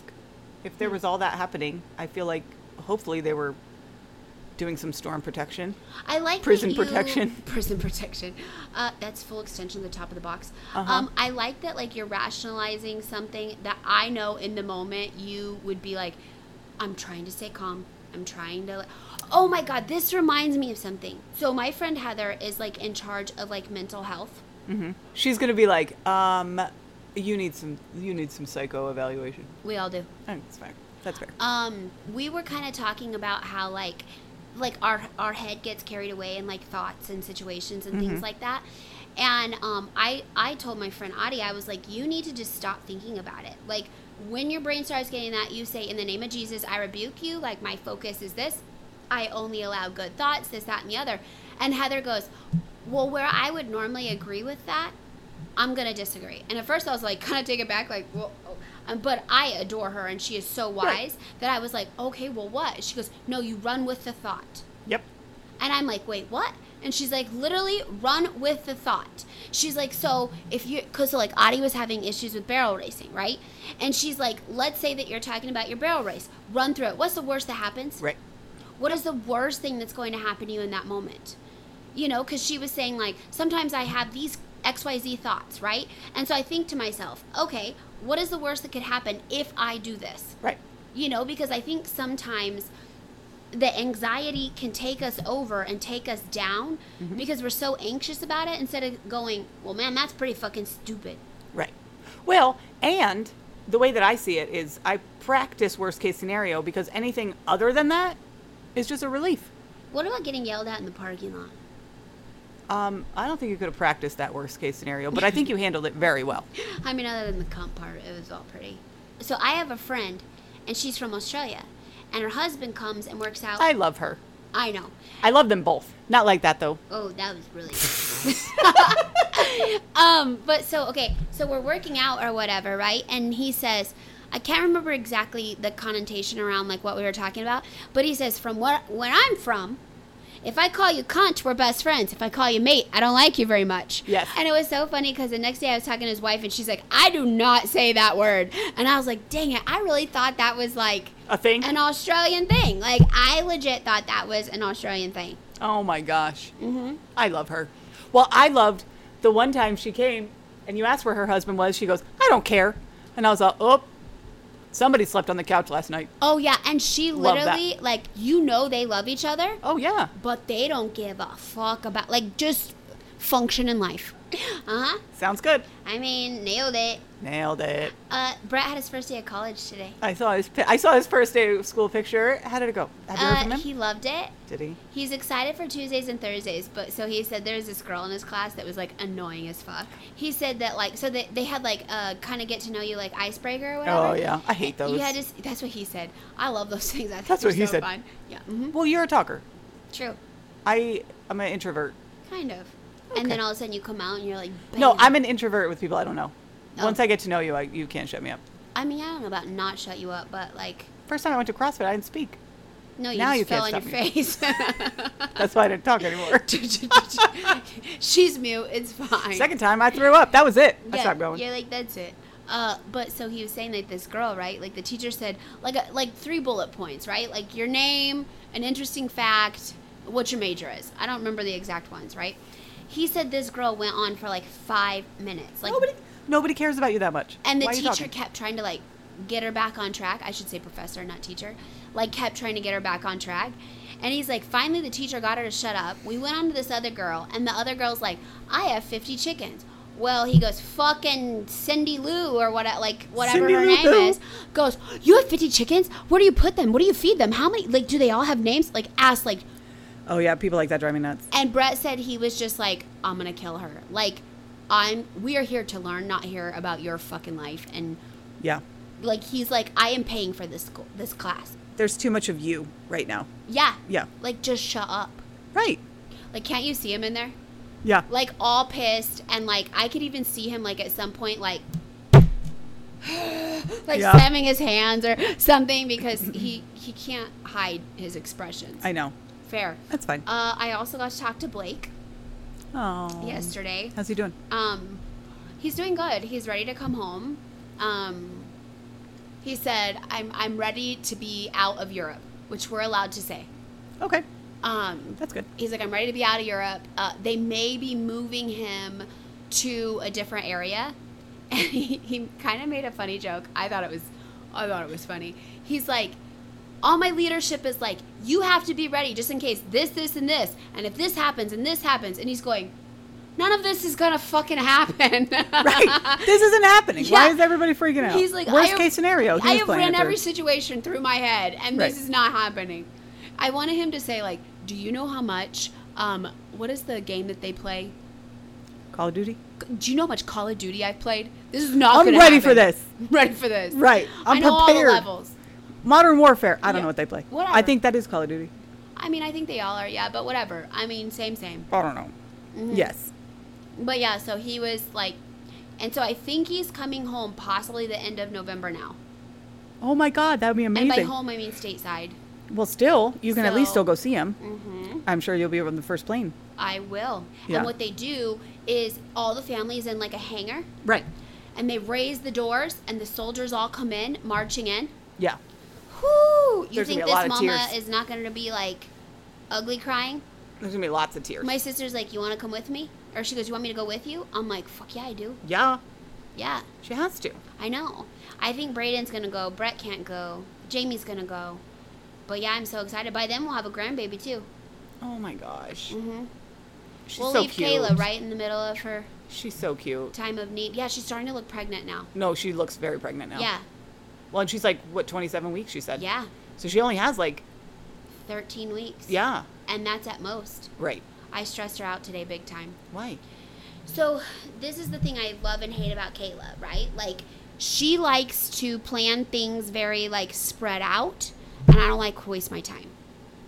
Speaker 3: If there was all that happening, I feel like hopefully they were doing some storm protection.
Speaker 2: I like
Speaker 3: Prison
Speaker 2: that you-
Speaker 3: protection.
Speaker 2: Prison protection. Uh, that's full extension of the top of the box.
Speaker 3: Uh-huh.
Speaker 2: Um, I like that like you're rationalizing something that I know in the moment you would be like, I'm trying to stay calm. I'm trying to. Like, oh my god, this reminds me of something. So my friend Heather is like in charge of like mental health.
Speaker 3: She's gonna be like, um, you need some you need some psycho evaluation.
Speaker 2: We all do.
Speaker 3: Oh, That's fair. That's fair.
Speaker 2: um we were kind of talking about how like like our our head gets carried away in like thoughts and situations and things like that and um i i told my friend adi i was like you need to just stop thinking about it like when your brain starts getting that you say in the name of jesus i rebuke you like my focus is this i only allow good thoughts this that and the other and heather goes well where i would normally agree with that I'm gonna disagree. And at first, I was like, kind of take it back, like, well, oh. um, but I adore her, and she is so wise that I was like, okay, well, what? She goes, no, you run with the thought,
Speaker 3: yep.
Speaker 2: and I'm like, wait, what? And she's like, literally, run with the thought. She's like, so if you, cause so like Adi was having issues with barrel racing, right? And she's like, let's say that you're talking about your barrel race, run through it. What's the worst that happens?
Speaker 3: Right.
Speaker 2: What is the worst thing that's going to happen to you in that moment? you know, because she was saying, like, sometimes I have these XYZ thoughts, right? And so I think to myself, okay, what is the worst that could happen if I do this?
Speaker 3: Right.
Speaker 2: You know, because I think sometimes the anxiety can take us over and take us down because we're so anxious about it instead of going, well, man, that's pretty fucking stupid.
Speaker 3: Right. Well, and the way that I see it is I practice worst case scenario because anything other than that is just a relief.
Speaker 2: What about getting yelled at in the parking lot?
Speaker 3: Um, I don't think you could have practiced that worst case scenario, but I think you handled it very well.
Speaker 2: I mean, other than the comp part, it was all pretty. So I have a friend, and she's from Australia, and her husband comes and works out.
Speaker 3: I love her.
Speaker 2: I know.
Speaker 3: I love them both. Not like that though.
Speaker 2: Oh, that was really. um, but so okay, so we're working out or whatever, right? And he says, I can't remember exactly the connotation around like what we were talking about, but he says, from what where I'm from, if I call you cunt, we're best friends. If I call you mate, I don't like you very much.
Speaker 3: Yes.
Speaker 2: And it was so funny because the next day I was talking to his wife and she's like, I do not say that word, and I was like, dang it, I really thought that was like
Speaker 3: A thing?
Speaker 2: an Australian thing. Like I legit thought that was an Australian thing.
Speaker 3: Oh my gosh. Mm-hmm. I love her. Well, I loved the one time she came and you asked where her husband was. She goes, I don't care. And I was like, oh, somebody slept on the couch last night.
Speaker 2: Oh yeah, and she
Speaker 3: Love that.
Speaker 2: literally like you know they love each other,
Speaker 3: Oh, yeah.
Speaker 2: but they don't give a fuck about like just function in life. Uh huh.
Speaker 3: Sounds good.
Speaker 2: I mean, nailed it.
Speaker 3: Nailed it.
Speaker 2: Uh, Brett had his first day of college today.
Speaker 3: I saw his pi- I saw his first day of school picture. How did it go? Have you heard from
Speaker 2: Uh,
Speaker 3: him?
Speaker 2: he loved it.
Speaker 3: did he?
Speaker 2: He's excited for Tuesdays and Thursdays, but so he said there was this girl in his class that was like annoying as fuck. He said that like so they, they had like a kind of get to know you like icebreaker or whatever.
Speaker 3: Oh yeah, I hate those.
Speaker 2: Yeah, just that's what he said. I love those things. I think
Speaker 3: That's
Speaker 2: they're
Speaker 3: what he
Speaker 2: so
Speaker 3: said.
Speaker 2: Fun. Yeah. hmm
Speaker 3: well, you're a talker.
Speaker 2: True.
Speaker 3: I am an introvert.
Speaker 2: Kind of. And then all of a sudden you come out and you're like,
Speaker 3: No,
Speaker 2: bam.
Speaker 3: I'm an introvert with people I don't know.
Speaker 2: Oh.
Speaker 3: Once I get to know you, I, you can't shut me up.
Speaker 2: I mean, I don't know about not shut you up, but like,
Speaker 3: First time I went to CrossFit, I didn't speak.
Speaker 2: no, you
Speaker 3: Now
Speaker 2: just
Speaker 3: you
Speaker 2: fell on
Speaker 3: can't
Speaker 2: your face.
Speaker 3: That's why I didn't talk anymore.
Speaker 2: She's mute. It's fine.
Speaker 3: Second time, I threw up. That was it. I
Speaker 2: yeah,
Speaker 3: stopped going.
Speaker 2: Yeah, like that's it. Uh, but so he was saying like this girl, right? Like the teacher said, like a, like three bullet points, right? Like your name, an interesting fact, what your major is. I don't remember the exact ones, right? He said this girl went on for like five minutes. Like
Speaker 3: Nobody, nobody cares about you that much.
Speaker 2: And the
Speaker 3: Why are you
Speaker 2: teacher
Speaker 3: talking?
Speaker 2: kept trying to like get her back on track. I should say professor, not teacher. Like kept trying to get her back on track. And he's like, finally, the teacher got her to shut up. We went on to this other girl, and the other girl's like, I have 50 chickens. Well, he goes, fucking Cindy Lou or what, like whatever
Speaker 3: Cindy
Speaker 2: her
Speaker 3: Lou
Speaker 2: name
Speaker 3: Who?
Speaker 2: is, goes, you have 50 chickens? Where do you put them? What do you feed them? How many, like, do they all have names? Like, ask, like,
Speaker 3: Oh yeah, people like that drive me nuts.
Speaker 2: and Brett said he was just like, I'm gonna kill her. Like, I'm, we are here to learn, not here about your fucking life. And
Speaker 3: Yeah,
Speaker 2: like he's like i am paying for this school this class
Speaker 3: there's too much of you right now.
Speaker 2: yeah
Speaker 3: Yeah.
Speaker 2: like just shut up
Speaker 3: Right.
Speaker 2: like can't you see him in there
Speaker 3: Yeah.
Speaker 2: like all pissed and like i could even see him like at some point like like
Speaker 3: Yeah.
Speaker 2: slamming his hands or something because he he can't hide his expressions
Speaker 3: I know.
Speaker 2: fair
Speaker 3: That's fine.
Speaker 2: uh, i also got to talk to blake Uh,
Speaker 3: Oh.
Speaker 2: yesterday
Speaker 3: How's he doing?
Speaker 2: Um, he's doing good. He's ready to come home. Um, he said, "I'm I'm ready to be out of Europe," which we're allowed to say.
Speaker 3: Okay,
Speaker 2: Um,
Speaker 3: that's good.
Speaker 2: he's like, "I'm ready to be out of Europe." Uh, they may be moving him to a different area. And he, he kind of made a funny joke. I thought it was, I thought it was funny. He's like. All my leadership is like, you have to be ready just in case this, this, and this. And if this happens and this happens, and he's going, none of this is gonna fucking happen.
Speaker 3: Right. this isn't happening. Why
Speaker 2: Yeah.
Speaker 3: is everybody freaking out?
Speaker 2: He's like,
Speaker 3: worst
Speaker 2: I-
Speaker 3: case scenario. He
Speaker 2: I
Speaker 3: was
Speaker 2: have
Speaker 3: playing
Speaker 2: ran
Speaker 3: it
Speaker 2: every
Speaker 3: through.
Speaker 2: situation through my head, and
Speaker 3: Right.
Speaker 2: this is not happening. I wanted him to say like, "Do you know how much? Um, what is the game that they play?
Speaker 3: Call of Duty.
Speaker 2: Do you know how much Call of Duty I've played? This is not.
Speaker 3: I'm
Speaker 2: gonna
Speaker 3: ready
Speaker 2: happen.
Speaker 3: for this.
Speaker 2: I'm ready for this.
Speaker 3: Right. I'm
Speaker 2: I know
Speaker 3: prepared.
Speaker 2: all the levels.
Speaker 3: Modern Warfare. I don't
Speaker 2: Yeah.
Speaker 3: know what they play. I
Speaker 2: Whatever.
Speaker 3: think that is Call of Duty.
Speaker 2: I mean, I think they all are, yeah. But whatever. I mean, same, same.
Speaker 3: I don't know.
Speaker 2: Mm-hmm.
Speaker 3: Yes.
Speaker 2: But yeah, so he was like, and so I think he's coming home possibly the end of November now.
Speaker 3: Oh my God, that would be
Speaker 2: And by
Speaker 3: amazing.
Speaker 2: home, I mean stateside.
Speaker 3: Well, still, you can at least
Speaker 2: So-
Speaker 3: still go see him.
Speaker 2: Mm-hmm.
Speaker 3: I'm sure you'll be on the first plane.
Speaker 2: I will.
Speaker 3: Yeah.
Speaker 2: And what they do is all the families in like a hangar
Speaker 3: Right.
Speaker 2: and they raise the doors and the soldiers all come in marching in.
Speaker 3: Yeah.
Speaker 2: Whoo! You
Speaker 3: There's gonna be
Speaker 2: think
Speaker 3: a
Speaker 2: this
Speaker 3: lot of
Speaker 2: mama
Speaker 3: tears.
Speaker 2: is not going to be like ugly crying?
Speaker 3: There's gonna be lots of tears.
Speaker 2: My sister's like, "You want to come with me?" Or she goes, "You want me to go with you?" I'm like, "Fuck yeah, I do."
Speaker 3: yeah,
Speaker 2: Yeah,
Speaker 3: she has to.
Speaker 2: I know. I think Braden's gonna go. Brett can't go. Jamie's gonna go. But yeah, I'm so excited. By then, we'll have a grandbaby too.
Speaker 3: Oh my gosh,
Speaker 2: hmm
Speaker 3: Mm-hmm. she's
Speaker 2: We'll
Speaker 3: so
Speaker 2: leave
Speaker 3: cute.
Speaker 2: Kayla right in the middle of her
Speaker 3: She's so cute.
Speaker 2: time of need. Yeah, she's starting to look pregnant now.
Speaker 3: No, she looks very pregnant now.
Speaker 2: Yeah,
Speaker 3: Well, and she's like what 27 weeks she said.
Speaker 2: yeah,
Speaker 3: So she only has like
Speaker 2: 13 weeks.
Speaker 3: yeah,
Speaker 2: and that's at most.
Speaker 3: right.
Speaker 2: I stressed her out today, big time.
Speaker 3: Why?
Speaker 2: So, this is the thing I love and hate about Kayla, right? Like, she likes to plan things very, like, spread out, and I don't like to waste my time.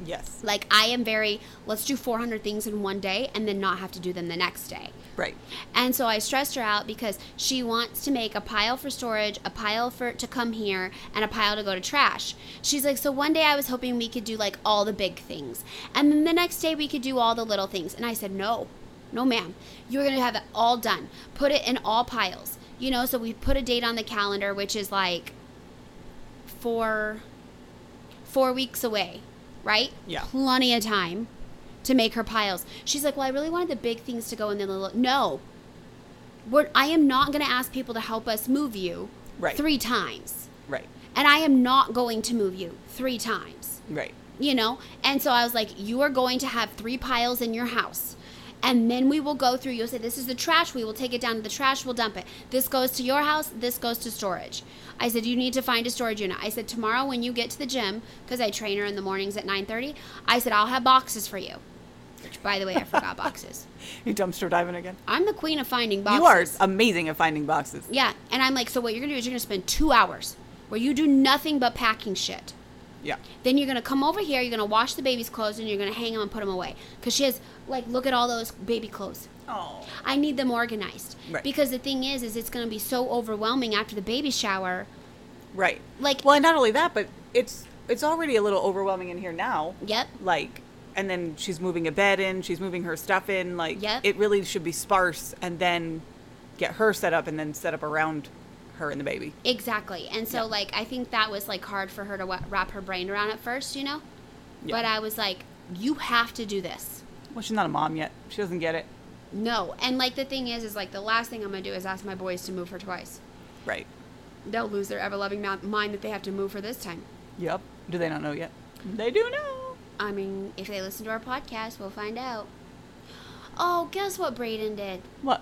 Speaker 3: Yes.
Speaker 2: Like, I am very, let's do 400 things in one day and then not have to do them the next day.
Speaker 3: Right.
Speaker 2: And so I stressed her out because she wants to make a pile for storage, a pile for to come here, and a pile to go to trash. She's like, so one day I was hoping we could do like all the big things, and then the next day we could do all the little things. And I said, no, no, ma'am, you're gonna have it all done. Put it in all piles, you know. So we put a date on the calendar, which is like four four weeks away, right?
Speaker 3: Yeah.
Speaker 2: Plenty of time to make her piles. She's like, well, I really wanted the big things to go in the little. No, we're, I am not going to ask people to help us move you
Speaker 3: Right.
Speaker 2: three times.
Speaker 3: Right.
Speaker 2: And I am not going to move you three times,
Speaker 3: Right.
Speaker 2: you know? And so I was like, you are going to have three piles in your house. And then we will go through. You'll say, this is the trash. We will take it down to the trash. We'll dump it. This goes to your house. This goes to storage. I said, you need to find a storage unit. I said, tomorrow when you get to the gym, because I train her in the mornings at 9.30, I said, I'll have boxes for you. Which, by the way, I forgot boxes.
Speaker 3: You dumpster diving again.
Speaker 2: I'm the queen of finding boxes.
Speaker 3: You are amazing at finding boxes.
Speaker 2: Yeah. And I'm like, so what you're going to do is you're going to spend two hours where you do nothing but packing shit.
Speaker 3: Yeah.
Speaker 2: Then you're going to come over here, you're going to wash the baby's clothes, and you're going to hang them and put them away. Because she has, like, look at all those baby clothes.
Speaker 3: Oh.
Speaker 2: I need them organized.
Speaker 3: Right.
Speaker 2: Because the thing is, is it's going to be so overwhelming after the baby shower.
Speaker 3: Right.
Speaker 2: Like-
Speaker 3: Well, and not only that, but it's it's already a little overwhelming in here now.
Speaker 2: Yep.
Speaker 3: Like and then she's moving a bed in, she's moving her stuff in, like
Speaker 2: Yep.
Speaker 3: it really should be sparse and then get her set up and then set up around her and the baby.
Speaker 2: Exactly. And so,
Speaker 3: Yeah.
Speaker 2: like, I think that was, like, hard for her to wa wrap her brain around at first, you know?
Speaker 3: Yeah.
Speaker 2: But I was like, you have to do this.
Speaker 3: Well, she's not a mom yet. She doesn't get it.
Speaker 2: No. And, like, the thing is, is, like, the last thing I'm going to do is ask my boys to move her twice.
Speaker 3: Right.
Speaker 2: they'll lose their ever loving ma- mind that they have to move for this time.
Speaker 3: Yep. Do they not know yet? They do know.
Speaker 2: I mean, if they listen to our podcast, we'll find out. Oh, guess what Braden did?
Speaker 3: What?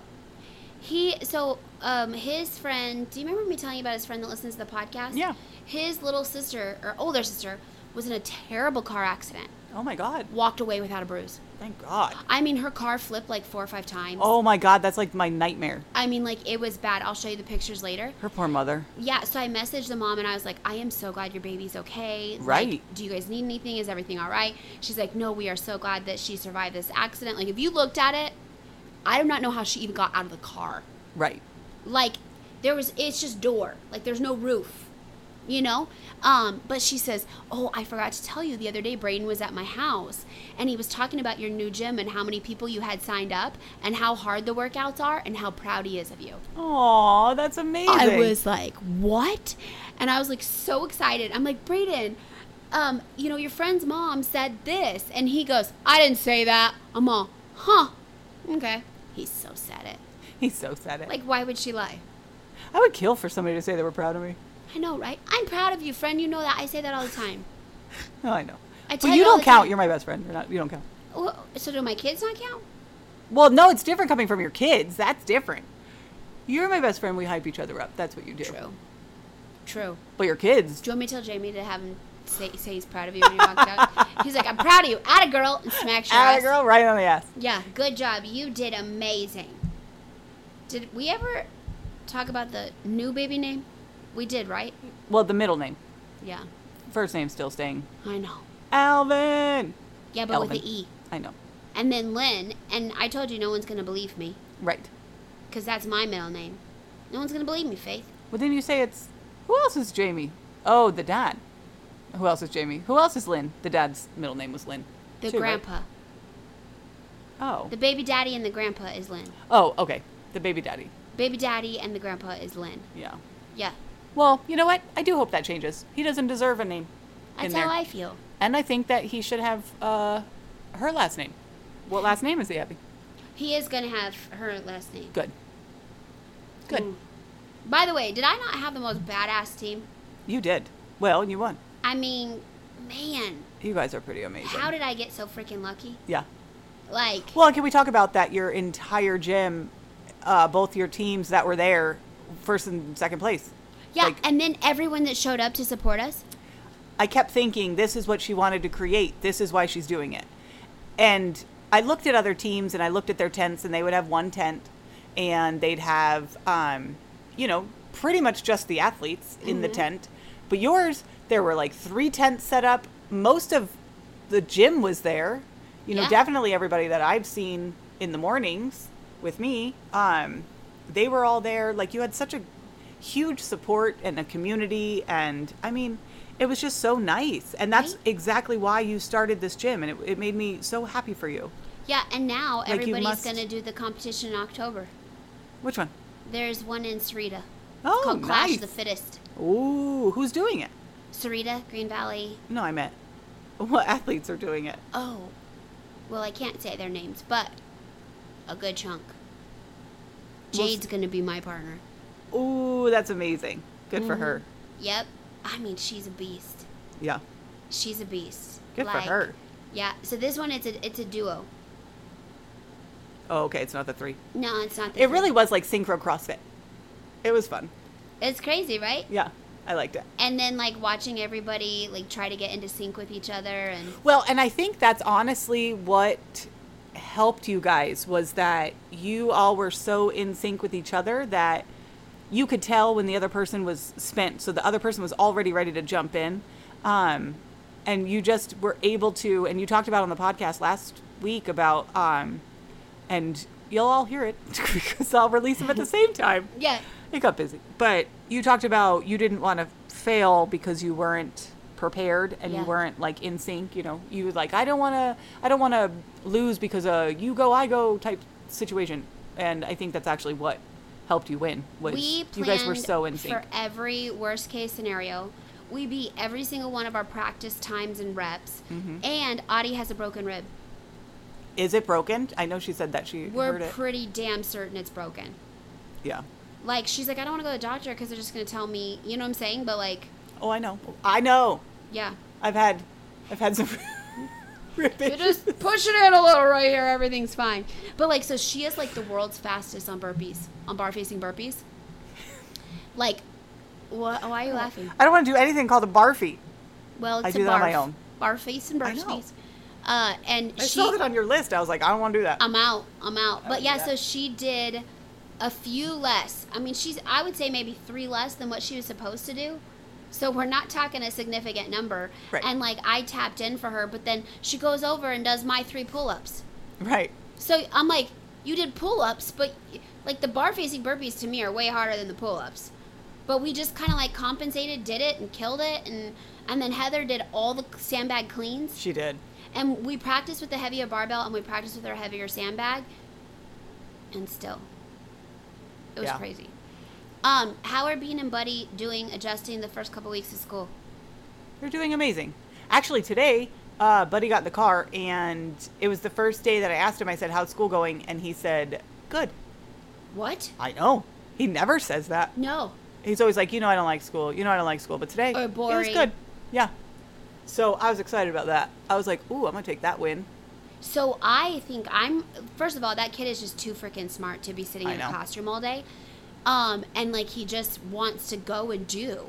Speaker 2: He so um his friend. Do you remember me telling you about his friend that listens to the podcast?
Speaker 3: Yeah.
Speaker 2: His little sister or older sister was in a terrible car accident.
Speaker 3: Oh my god.
Speaker 2: Walked away without a bruise.
Speaker 3: Thank God.
Speaker 2: I mean, her car flipped like four or five times.
Speaker 3: Oh my god, that's like my nightmare.
Speaker 2: I mean, like it was bad. I'll show you the pictures later.
Speaker 3: Her poor mother.
Speaker 2: Yeah, so I messaged the mom and I was like, I am so glad your baby's okay. Like,
Speaker 3: Right.
Speaker 2: do you guys need anything? Is everything all right? She's like, No, we are so glad that she survived this accident. Like, if you looked at it, I do not know how she even got out of the car.
Speaker 3: Right.
Speaker 2: Like, there was, it's just door. Like, there's no roof, you know? Um, but she says, Oh, I forgot to tell you the other day, Braden was at my house and he was talking about your new gym and how many people you had signed up and how hard the workouts are and how proud he is of you.
Speaker 3: Oh, that's amazing.
Speaker 2: I was like, what? And I was like so excited. I'm like, Brayden, um, you know, your friend's mom said this. And he goes, I didn't say that. I'm all, huh. Okay. He so said it.
Speaker 3: He's so sad. Like
Speaker 2: Like, why would she lie?
Speaker 3: I would kill for somebody to say they were proud of me.
Speaker 2: I know, right? I'm proud of you, friend. You know that. I say that all the time.
Speaker 3: Oh, I know.
Speaker 2: I
Speaker 3: But
Speaker 2: tell
Speaker 3: you,
Speaker 2: you all
Speaker 3: don't
Speaker 2: the
Speaker 3: count.
Speaker 2: time.
Speaker 3: You're my best friend. You're not. You don't count.
Speaker 2: Wh- So do my kids not count?
Speaker 3: Well, no, it's different coming from your kids. That's different. You're my best friend. We hype each other up. That's what you do.
Speaker 2: True. True.
Speaker 3: But your kids.
Speaker 2: Do you want me to tell Jamie to have him say, say he's proud of you when he walked out? He's like, I'm proud of you. Atta girl. And smacks your
Speaker 3: Ah,
Speaker 2: ass.
Speaker 3: girl, right on the ass.
Speaker 2: Yeah, good job. You did amazing. Did we ever talk about the new baby name? We did, right?
Speaker 3: Well, the middle name,
Speaker 2: Yeah,
Speaker 3: first name still staying.
Speaker 2: I know.
Speaker 3: Alvin.
Speaker 2: Yeah, but with
Speaker 3: Elvin.
Speaker 2: the E.
Speaker 3: I know.
Speaker 2: And then Lynn, and I told you no one's going to believe me
Speaker 3: Right.
Speaker 2: because that's my middle name. No one's going to believe me, Faith.
Speaker 3: Well, then you say it's. Who else is Jamie? Oh, the dad. Who else is Jamie? Who else is Lynn? The dad's middle name was Lynn.
Speaker 2: The
Speaker 3: too, right?
Speaker 2: grandpa.
Speaker 3: Oh.
Speaker 2: The baby daddy and the grandpa is Lynn.
Speaker 3: Oh, okay. The baby daddy.
Speaker 2: Baby daddy and the grandpa is Lynn.
Speaker 3: Yeah.
Speaker 2: Yeah.
Speaker 3: Well, you know what? I do hope that changes. He doesn't deserve a name. in
Speaker 2: That's
Speaker 3: there.
Speaker 2: how I feel.
Speaker 3: And I think that he should have uh, her last name. What last name is he having?
Speaker 2: He is going to have her last name.
Speaker 3: Good. Good.
Speaker 2: Ooh. By the way, did I not have the most badass team?
Speaker 3: You did. Well, you won.
Speaker 2: I mean, man,
Speaker 3: You guys are pretty amazing.
Speaker 2: how did I get so freaking lucky?
Speaker 3: yeah.
Speaker 2: Like,
Speaker 3: Well, can we talk about that? Your entire gym, uh, both your teams that were there, first and second place.
Speaker 2: yeah,
Speaker 3: like-
Speaker 2: and then everyone that showed up to support us.
Speaker 3: I kept thinking this is what she wanted to create. This is why she's doing it. And I looked at other teams and I looked at their tents and they would have one tent and they'd have um, you know, pretty much just the athletes in the tent. But yours there were like three tents set up. Most of the gym was there. You know,
Speaker 2: Yeah.
Speaker 3: definitely everybody that I've seen in the mornings with me, um, they were all there. Like you had such a huge support and a community and i mean it was just so nice and that's
Speaker 2: Right?
Speaker 3: exactly why you started this gym and it, it made me so happy for you
Speaker 2: Yeah, and now
Speaker 3: you
Speaker 2: everybody's
Speaker 3: must-
Speaker 2: going to do the competition in October.
Speaker 3: which one?
Speaker 2: There's one in Sarita.
Speaker 3: Oh,
Speaker 2: it's called Clash of the
Speaker 3: nice.
Speaker 2: Fittest.
Speaker 3: ooh who's doing it
Speaker 2: Sarita, Green Valley.
Speaker 3: no i meant what athletes are doing it
Speaker 2: Oh, well, I can't say their names, but a good chunk.
Speaker 3: Well, s-
Speaker 2: Jade's going to be my partner.
Speaker 3: ooh that's amazing good for her
Speaker 2: Yep. I mean, she's a beast.
Speaker 3: yeah
Speaker 2: She's a beast.
Speaker 3: Good for her.
Speaker 2: Yeah. So this one, it's a it's a duo.
Speaker 3: oh okay it's not the three
Speaker 2: No, it's not. The
Speaker 3: it
Speaker 2: same.
Speaker 3: really was like synchro crossfit it was fun
Speaker 2: It's crazy, right?
Speaker 3: yeah i liked it
Speaker 2: And then like watching everybody like try to get into sync with each other and
Speaker 3: Well, and I think that's honestly what helped you guys was that you all were so in sync with each other that you could tell when the other person was spent. So the other person was already ready to jump in. Um, and you just were able to, and you talked about on the podcast last week about, um, and you'll all hear it because I'll release them at the same time.
Speaker 2: yeah.
Speaker 3: It got busy. But you talked about you didn't want to fail because you weren't prepared and
Speaker 2: Yeah.
Speaker 3: you weren't like in sync, you know. You were like, I don't wanna I don't wanna lose because uh you go, I go type situation. And I think that's actually what helped you win was
Speaker 2: We
Speaker 3: you
Speaker 2: planned
Speaker 3: guys were so in sync.
Speaker 2: for every worst case scenario. We beat every single one of our practice times and reps.
Speaker 3: Mm-hmm.
Speaker 2: And Audie has a broken rib.
Speaker 3: Is it broken? I know she said that she
Speaker 2: We're
Speaker 3: heard it.
Speaker 2: pretty damn certain it's broken.
Speaker 3: yeah.
Speaker 2: Like she's like, I don't want to go to the doctor because they're just gonna tell me, you know what I'm saying? But like,
Speaker 3: Oh I know. I know.
Speaker 2: yeah.
Speaker 3: I've had I've had some rip
Speaker 2: You just push it in a little right here. Everything's fine. But like, so she is like the world's fastest on burpees, on bar facing burpees. Like, what? Why are you laughing?
Speaker 3: I don't want to do anything called a barfie.
Speaker 2: Well, it's
Speaker 3: I
Speaker 2: a
Speaker 3: do that
Speaker 2: barf,
Speaker 3: on my own.
Speaker 2: Bar face and
Speaker 3: I
Speaker 2: burpees.
Speaker 3: know.
Speaker 2: Uh, and
Speaker 3: I
Speaker 2: she, Um
Speaker 3: saw it on your Oh, list. I was like, I don't want to do that.
Speaker 2: I'm out. I'm out.
Speaker 3: I
Speaker 2: But
Speaker 3: do
Speaker 2: yeah,
Speaker 3: that.
Speaker 2: so she did a few less. I mean, she's I would say maybe three less than what she was supposed to do. So we're not talking a significant number.
Speaker 3: Right.
Speaker 2: And like I tapped in for her, but then she goes over and does my three pull-ups.
Speaker 3: right.
Speaker 2: So I'm like, you did pull-ups, but like the bar facing burpees to me are way harder than the pull-ups. But we just kind of like compensated, did it, and killed it, and and then Heather did all the sandbag cleans.
Speaker 3: She did.
Speaker 2: And we practiced with the heavier barbell and we practiced with our heavier sandbag. And still, it was
Speaker 3: Yeah.
Speaker 2: crazy. Um, how are Bean and Buddy doing adjusting the first couple weeks of school?
Speaker 3: They're doing amazing. Actually, today, uh, Buddy got in the car, and it was the first day that I asked him. I said, "How's school going?" And he said, "Good."
Speaker 2: What?
Speaker 3: I know. He never says that.
Speaker 2: No.
Speaker 3: He's always like, "You know, I don't like school. You know, I don't like school." But today,
Speaker 2: Or
Speaker 3: it was
Speaker 2: Oh, boring.
Speaker 3: good. Yeah. So I was excited about that. I was like, "Ooh, I'm gonna take that win."
Speaker 2: So I think I'm first of all that kid is just too freaking smart to be sitting
Speaker 3: I
Speaker 2: in a
Speaker 3: know.
Speaker 2: classroom all day. Um and like he just wants to go and do.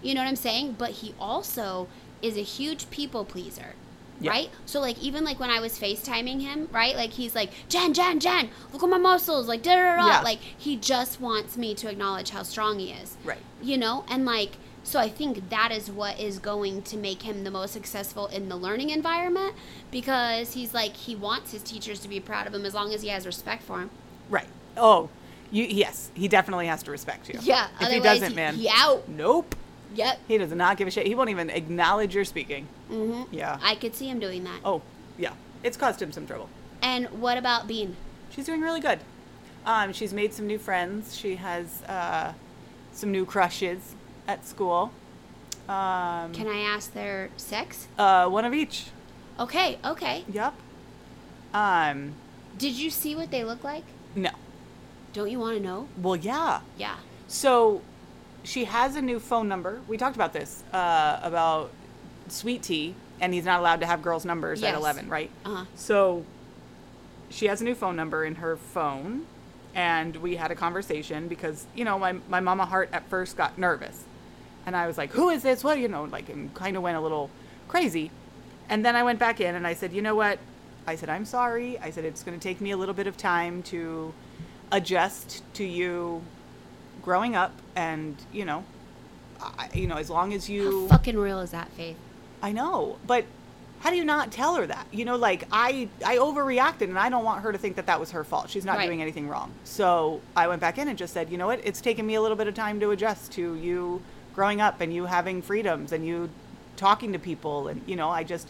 Speaker 2: You know what I'm saying? But he also is a huge people pleaser.
Speaker 3: Yeah.
Speaker 2: Right? So like even like when I was FaceTiming him, right? Like he's like, Jen, Jen, Jen, look at my muscles, like da da da
Speaker 3: Yeah.
Speaker 2: da like he just wants me to acknowledge how strong he is.
Speaker 3: Right.
Speaker 2: You know? And like so I think that is what is going to make him the most successful in the learning environment because he's like he wants his teachers to be proud of him as long as he has respect for him.
Speaker 3: Right. Oh, you. Yes, he definitely has to respect you.
Speaker 2: Yeah.
Speaker 3: If
Speaker 2: otherwise
Speaker 3: he doesn't,
Speaker 2: he,
Speaker 3: man.
Speaker 2: he out.
Speaker 3: Nope.
Speaker 2: Yep.
Speaker 3: He does not give a shit. He won't even acknowledge you're speaking. Mm-hmm. Yeah.
Speaker 2: I could see him doing that.
Speaker 3: oh, yeah. It's caused him some trouble.
Speaker 2: And what about Bean?
Speaker 3: She's doing really good. Um, she's made some new friends. She has uh, some new crushes at school. Um,
Speaker 2: Can I ask their sex?
Speaker 3: uh, one of each.
Speaker 2: Okay, okay.
Speaker 3: Yep. Um,
Speaker 2: Did you see what they look like?
Speaker 3: no.
Speaker 2: Don't you want to know?
Speaker 3: Well, yeah.
Speaker 2: Yeah.
Speaker 3: So she has a new phone number. We talked about this uh, about Sweet Tea, and he's not allowed to have girls' numbers at
Speaker 2: Yes.
Speaker 3: 11, right?
Speaker 2: Uh-huh.
Speaker 3: So she has a new phone number in her phone, and we had a conversation because, you know, my, my mama heart at first got nervous. And I was like, who is this? What, you know, like, and kind of went a little crazy. And then I went back in and I said, you know what? I said, I'm sorry. I said, it's going to take me a little bit of time to adjust to you growing up and you know I, you know as long as
Speaker 2: How
Speaker 3: you
Speaker 2: fucking real is that, Faith?
Speaker 3: i know but how do you not tell her that you know like i i overreacted and i don't want her to think that that was her fault she's not
Speaker 2: Right.
Speaker 3: doing anything wrong so i went back in and just said you know what it's taken me a little bit of time to adjust to you growing up and you having freedoms and you talking to people and you know i just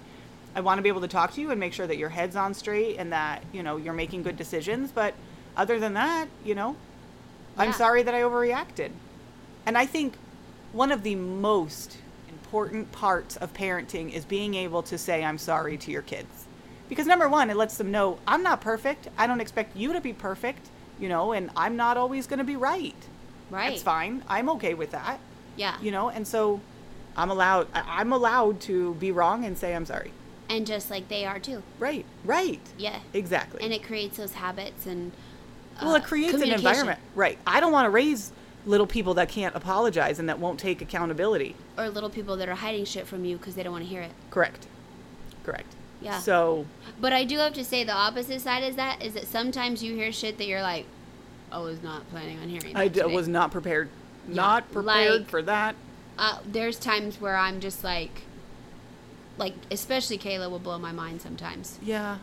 Speaker 3: i want to be able to talk to you and make sure that your head's on straight and that you know you're making good decisions but other than that you know I'm
Speaker 2: Yeah.
Speaker 3: sorry that I overreacted. And I think one of the most important parts of parenting is being able to say I'm sorry to your kids. Because number one, it lets them know I'm not perfect. I don't expect you to be perfect, you know, and I'm not always going to be right.
Speaker 2: Right. Ah.
Speaker 3: That's fine. I'm okay with that.
Speaker 2: Yeah.
Speaker 3: You know, and so I'm allowed I- I'm allowed to be wrong and say I'm sorry.
Speaker 2: And just like they are too.
Speaker 3: Right. Right.
Speaker 2: Yeah.
Speaker 3: Exactly.
Speaker 2: And it creates those habits and.
Speaker 3: Well, it
Speaker 2: uh,
Speaker 3: creates an
Speaker 2: communication.
Speaker 3: environment. Right. I don't want to raise little people that can't apologize and that won't take accountability.
Speaker 2: Or little people that are hiding shit from you because they don't want to hear it.
Speaker 3: Correct. Correct.
Speaker 2: Yeah.
Speaker 3: So,
Speaker 2: But I do have to say the opposite side is that is that sometimes you hear shit that you're like, I was not planning on hearing. That
Speaker 3: I d-
Speaker 2: today."
Speaker 3: was not prepared. Not prepared
Speaker 2: like-
Speaker 3: for that.
Speaker 2: Uh, there's times where I'm just like, like especially Kayla will blow my mind sometimes,
Speaker 3: Yeah.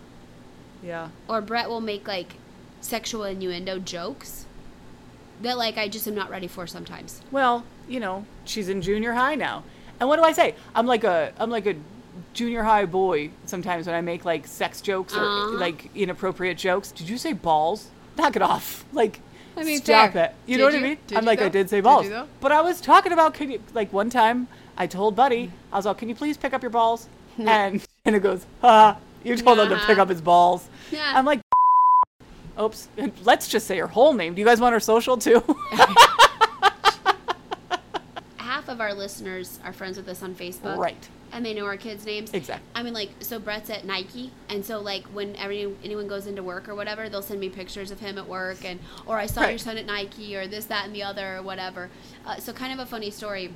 Speaker 3: Yeah.
Speaker 2: or Brett will make like sexual innuendo jokes that like I just am not ready for sometimes.
Speaker 3: Well, you know, she's in junior high now. And what do I say? I'm like a I'm like a junior high boy sometimes when I make like sex jokes or
Speaker 2: Uh-huh.
Speaker 3: like inappropriate jokes. Did you say balls? Knock it off. Like
Speaker 2: I mean,
Speaker 3: stop
Speaker 2: fair.
Speaker 3: it. You
Speaker 2: Did
Speaker 3: know what
Speaker 2: you?
Speaker 3: I mean?
Speaker 2: Did
Speaker 3: I'm
Speaker 2: you
Speaker 3: like I
Speaker 2: though?
Speaker 3: did say
Speaker 2: Did
Speaker 3: balls.
Speaker 2: you though?
Speaker 3: but I was talking about can you like one time I told Buddy, I was like, Can you please pick up your balls? and and it goes, ha you told him to pick
Speaker 2: Uh-huh.
Speaker 3: up his balls.
Speaker 2: Yeah.
Speaker 3: I'm like Oops. Let's just say her whole name. Do you guys want her social too?
Speaker 2: Half of our listeners are friends with us on Facebook,
Speaker 3: Right.
Speaker 2: And they know our kids' names.
Speaker 3: Exactly.
Speaker 2: I mean, like, so Brett's at Nike, and so like when every, anyone goes into work or whatever, they'll send me pictures of him at work, and or I saw your
Speaker 3: Right.
Speaker 2: son at Nike, or this, that, and the other, or whatever. Uh, so kind of a funny story.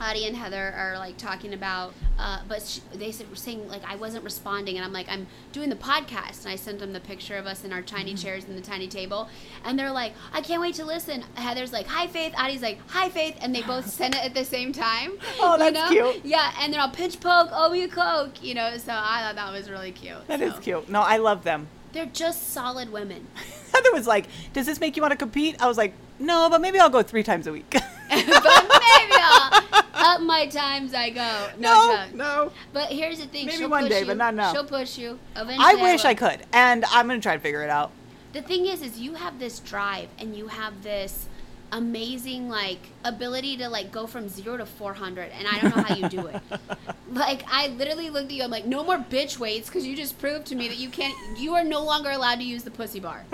Speaker 2: Addie and Heather are like talking about, uh, but sh they said, were saying like I wasn't responding, and I'm like I'm doing the podcast, and I sent them the picture of us in our tiny
Speaker 3: Mm-hmm.
Speaker 2: chairs and the tiny table, and they're like I can't wait to listen. Heather's like Hi Faith, Addie's like Hi Faith, and they both sent it at the same time.
Speaker 3: Oh,
Speaker 2: you
Speaker 3: that's
Speaker 2: know?
Speaker 3: cute.
Speaker 2: Yeah, and they're all pinch poke, oh you coke, you know. So I thought that was really cute.
Speaker 3: That
Speaker 2: so.
Speaker 3: is cute. No, I love them.
Speaker 2: They're just solid women.
Speaker 3: Heather was like, "Does this make you want to compete?" I was like, "No, but maybe I'll go three times a week."
Speaker 2: but maybe I'll up my times I go. No,
Speaker 3: no,
Speaker 2: joke.
Speaker 3: no.
Speaker 2: But here's the thing.
Speaker 3: Maybe
Speaker 2: she'll
Speaker 3: one
Speaker 2: push
Speaker 3: day,
Speaker 2: you.
Speaker 3: but not now.
Speaker 2: She'll push you. Eventually,
Speaker 3: I wish
Speaker 2: will.
Speaker 3: I could, and I'm gonna try to figure it out.
Speaker 2: the thing is is you have this drive and you have this amazing like ability to like go from zero to 400 and i don't know how you do it like i literally looked at you i'm like no more bitch weights because you just proved to me that you can't you are no longer allowed to use the pussy bar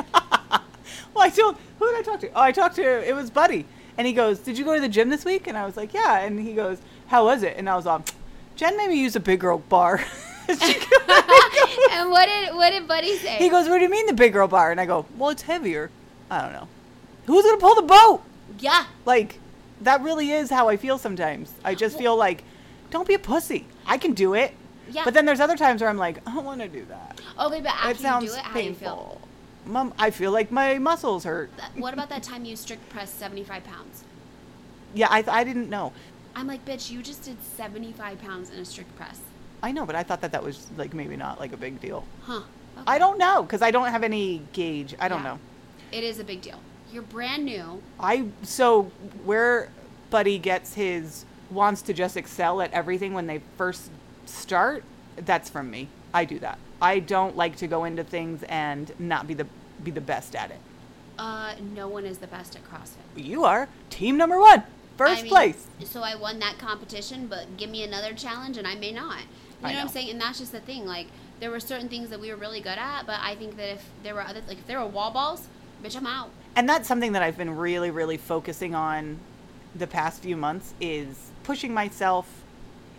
Speaker 3: Well, I told who did I talk to? Oh, I talked to it was Buddy, and he goes, "Did you go to the gym this week?" And I was like, "Yeah," and he goes, "How was it?" And I was like, "Jen made me use a big girl bar." She goes-
Speaker 2: and what did what did buddy say
Speaker 3: he goes, "What do you mean the big girl bar?" And I go, "Well, it's heavier." I don't know. Who's gonna pull the boat?
Speaker 2: yeah
Speaker 3: Like, that really is how I feel sometimes. I just feel like, don't be a pussy. I can do it.
Speaker 2: Yeah.
Speaker 3: But then there's other times where I'm like, I don't want to do that.
Speaker 2: okay but
Speaker 3: That
Speaker 2: after
Speaker 3: sounds
Speaker 2: you do it how do you feel
Speaker 3: painful. Mom, I feel like my muscles hurt.
Speaker 2: That- what about that time you strict press 75 pounds
Speaker 3: Yeah, I, I didn't know.
Speaker 2: i'm like bitch you just did 75 pounds in a strict press
Speaker 3: I know, but I thought that that was like maybe not like a big deal.
Speaker 2: huh okay.
Speaker 3: I don't know because I don't have any gauge. I don't
Speaker 2: Yeah.
Speaker 3: know.
Speaker 2: It is a big deal. You're brand new.
Speaker 3: I so where Buddy gets his wants to just excel at everything when they first start. That's from me. I do that. I don't like to go into things and not be the be the best at it.
Speaker 2: Uh, no one is the best at CrossFit.
Speaker 3: You are team number one,
Speaker 2: I
Speaker 3: first
Speaker 2: mean,
Speaker 3: place.
Speaker 2: So I won that competition, but give me another challenge and I may not. You
Speaker 3: I
Speaker 2: know, what I'm
Speaker 3: know.
Speaker 2: saying? And that's just the thing. Like, there were certain things that we were really good at, but I think that if there were other like if there were wall balls, bitch, I'm out.
Speaker 3: And that's something that I've been really, really focusing on the past few months is pushing myself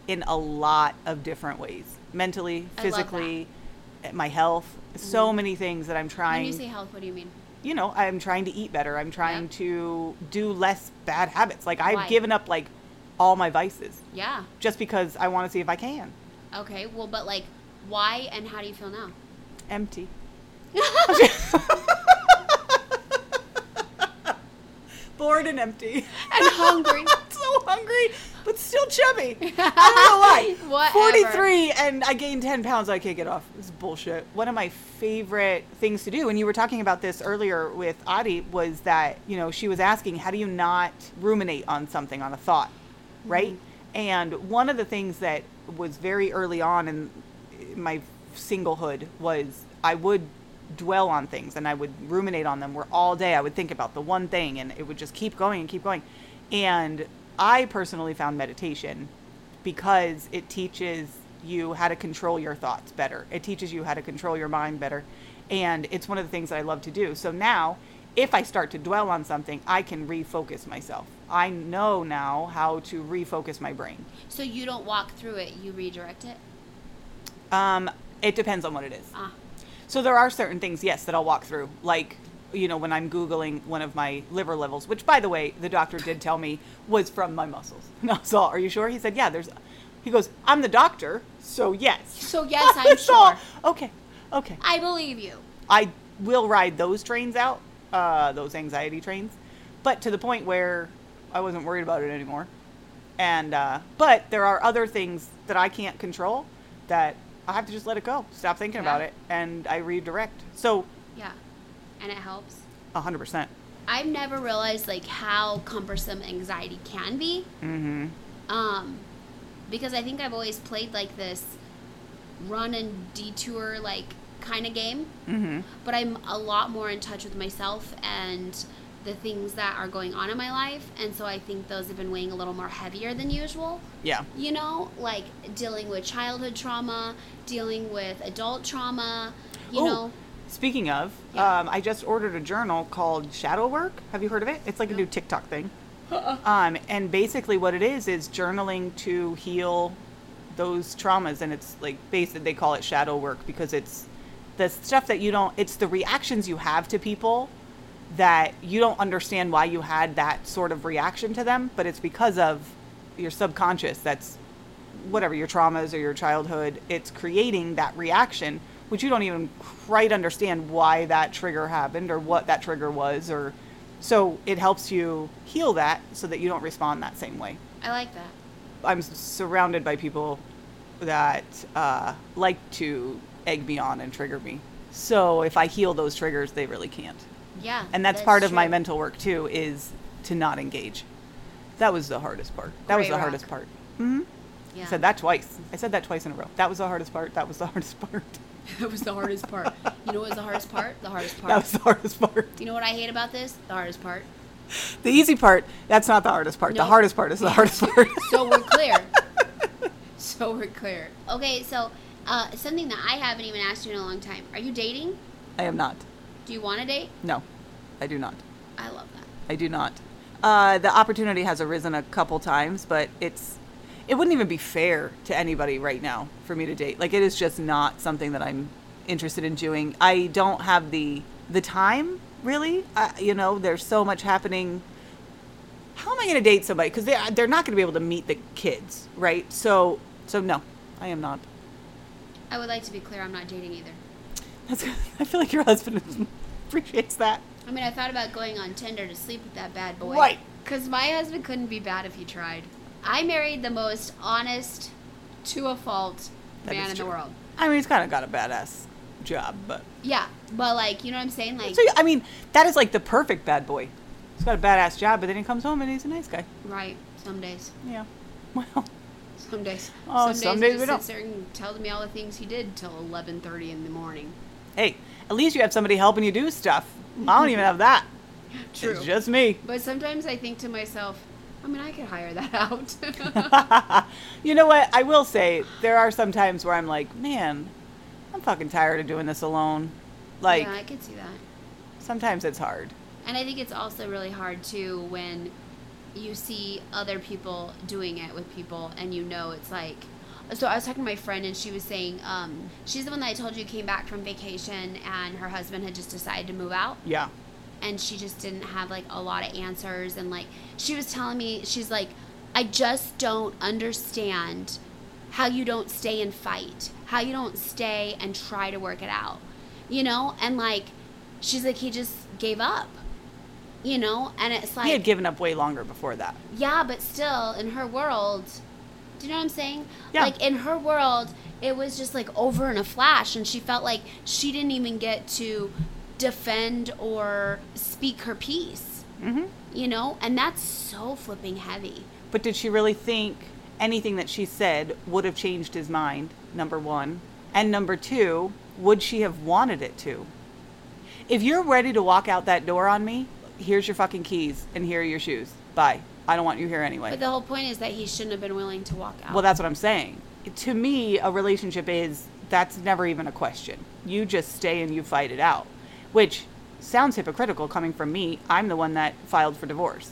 Speaker 3: in a lot of different ways mentally,
Speaker 2: I love Mm-hmm.
Speaker 3: physically, my health, so many things that I'm trying.
Speaker 2: When you say health, what do you mean?
Speaker 3: you know, I'm trying to eat better. I'm trying
Speaker 2: Yeah.
Speaker 3: to do less bad habits. Like I've
Speaker 2: Right.
Speaker 3: given up like all my vices
Speaker 2: Yeah.
Speaker 3: just because I want to see if I can.
Speaker 2: Okay. Well, but like, why and how do you feel now?
Speaker 3: Empty. Bored and empty.
Speaker 2: And hungry.
Speaker 3: so hungry, but still chubby. I don't know why.
Speaker 2: Whatever.
Speaker 3: 43 and I gained 10 pounds. I can't get off. This is bullshit. One of my favorite things to do, and you were talking about this earlier with Adi, was that, you know, she was asking, how do you not ruminate on something, on a thought, right? And one of the things that was very early on in my singlehood was I would dwell on things and I would ruminate on them where all day I would think about the one thing and it would just keep going and keep going. And I personally found meditation because it teaches you how to control your thoughts better. It teaches you how to control your mind better. And it's one of the things that I love to do. So now, if I start to dwell on something, I can refocus myself. I know now how to refocus my brain.
Speaker 2: So you don't walk through it; you redirect it.
Speaker 3: Um, it depends on what it is.
Speaker 2: Ah.
Speaker 3: So there are certain things, yes, that I'll walk through. Like, you know, when I'm Googling one of my liver levels, which by the way, the doctor did tell me was from my muscles. And I was all, are you sure? He said, yeah, there's, he goes, I'm the doctor, so yes.
Speaker 2: So yes,
Speaker 3: I
Speaker 2: I'm
Speaker 3: was all,
Speaker 2: sure.
Speaker 3: okay, okay.
Speaker 2: I believe you.
Speaker 3: I will ride those trains out, uh, those anxiety trains, but to the point where I wasn't worried about it anymore. And uh, but there are other things that I can't control that I have to just let it go, stop thinking about
Speaker 2: Yeah.
Speaker 3: it, and I redirect. So,
Speaker 2: Yeah. And it helps.
Speaker 3: a hundred percent.
Speaker 2: I've never realized like how cumbersome anxiety can be.
Speaker 3: Mm-hmm.
Speaker 2: Um, because I think I've always played like this run and detour like kind of game,
Speaker 3: Mm-hmm.
Speaker 2: but I'm a lot more in touch with myself and the things that are going on in my life, and so I think those have been weighing a little more heavier than usual.
Speaker 3: Yeah.
Speaker 2: You know, like dealing with childhood trauma, dealing with adult trauma, you
Speaker 3: Oh,
Speaker 2: know.
Speaker 3: Speaking of,
Speaker 2: Yeah.
Speaker 3: um, I just ordered a journal called Shadow Work. Have you heard of it? It's like a
Speaker 2: No. Uh-uh.
Speaker 3: new TikTok thing. Um, and basically, what it is is journaling to heal those traumas, and it's like basically they call it shadow work because it's the stuff that you don't. It's the reactions you have to people that you don't understand why you had that sort of reaction to them, but it's because of your subconscious that's whatever your traumas or your childhood, it's creating that reaction, which you don't even quite understand why that trigger happened or what that trigger was, or so it helps you heal that so that you don't respond that same way.
Speaker 2: I like that.
Speaker 3: I'm s- surrounded by people that uh, like to egg me on and trigger me. So if I heal those triggers, they really can't.
Speaker 2: Yeah.
Speaker 3: And that's, part of my
Speaker 2: true.
Speaker 3: mental work too is to not engage. That was the hardest part. That was
Speaker 2: Great
Speaker 3: the
Speaker 2: rock.
Speaker 3: hardest part. hmm
Speaker 2: Yeah.
Speaker 3: I said that twice. I said that twice in a row. That was the hardest part. That was the hardest part.
Speaker 2: That was the hardest part. You know what was the hardest part? The hardest part.
Speaker 3: That was the hardest part.
Speaker 2: You know what I hate about this? The hardest part.
Speaker 3: The easy part, that's not the hardest part. The
Speaker 2: No.
Speaker 3: hardest part is the hardest part.
Speaker 2: So we're clear. so we're clear. Okay, so uh, something that I haven't even asked you in a long time. Are you dating?
Speaker 3: I am not.
Speaker 2: Do you want to date?
Speaker 3: No, I do not.
Speaker 2: I love that.
Speaker 3: I do not. Uh, the opportunity has arisen a couple times, but it's it wouldn't even be fair to anybody right now for me to date. Like it is just not something that I'm interested in doing. I don't have the the time really. I, you know, there's so much happening. How am I going to date somebody? Because they they're not going to be able to meet the kids, right? So so no, I am not.
Speaker 2: I would like to be clear. I'm not dating either.
Speaker 3: That's, I feel like your husband appreciates that.
Speaker 2: I mean, I thought about going on Tinder to sleep with that bad boy.
Speaker 3: Right.
Speaker 2: Because my husband couldn't be bad if he tried. I married the most honest, to a fault
Speaker 3: That
Speaker 2: man
Speaker 3: is
Speaker 2: in
Speaker 3: true.
Speaker 2: the world.
Speaker 3: I mean, he's kind of got a badass job, but.
Speaker 2: Yeah, but like, you know what I'm saying? Like,
Speaker 3: So I mean, that is like the perfect bad boy. He's got a badass job, but then he comes home and he's a nice guy.
Speaker 2: right? Some days.
Speaker 3: Yeah. Well,
Speaker 2: Some days.
Speaker 3: Oh,
Speaker 2: some,
Speaker 3: some
Speaker 2: days,
Speaker 3: days
Speaker 2: he
Speaker 3: we
Speaker 2: just
Speaker 3: don't.
Speaker 2: sits there and tells me all the things he did till eleven thirty in the morning.
Speaker 3: hey, at least you have somebody helping you do stuff. I don't even have that. It's just me.
Speaker 2: But sometimes I think to myself, I mean, I could hire that out.
Speaker 3: you know what? I will say there are some times where I'm like, man, I'm fucking tired of doing this alone. Like,
Speaker 2: yeah, I could see that.
Speaker 3: sometimes it's hard.
Speaker 2: And I think it's also really hard too when you see other people doing it with people and you know it's like so I was talking to my friend and she was saying um, she's the one that I told you came back from vacation and her husband had just decided to move out
Speaker 3: Yeah.
Speaker 2: and she just didn't have like a lot of answers and like she was telling me she's like i just don't understand how you don't stay and fight how you don't stay and try to work it out you know and like she's like he just gave up you know and it's like
Speaker 3: He had given up way longer before that.
Speaker 2: yeah, but still, in her world, do you know what I'm saying?
Speaker 3: Yeah.
Speaker 2: Like in her world, it was just like over in a flash, and she felt like she didn't even get to defend or speak her piece.
Speaker 3: Mm-hmm.
Speaker 2: You know, and that's so flipping heavy.
Speaker 3: But did she really think anything that she said would have changed his mind? Number one. And number two, would she have wanted it to? If you're ready to walk out that door on me, here's your fucking keys and here are your shoes. Bye. I don't want you here anyway.
Speaker 2: But the whole point is that he shouldn't have been willing to walk out.
Speaker 3: Well, that's what I'm saying. To me, a relationship is that's never even a question. You just stay and you fight it out, which sounds hypocritical coming from me. I'm the one that filed for divorce.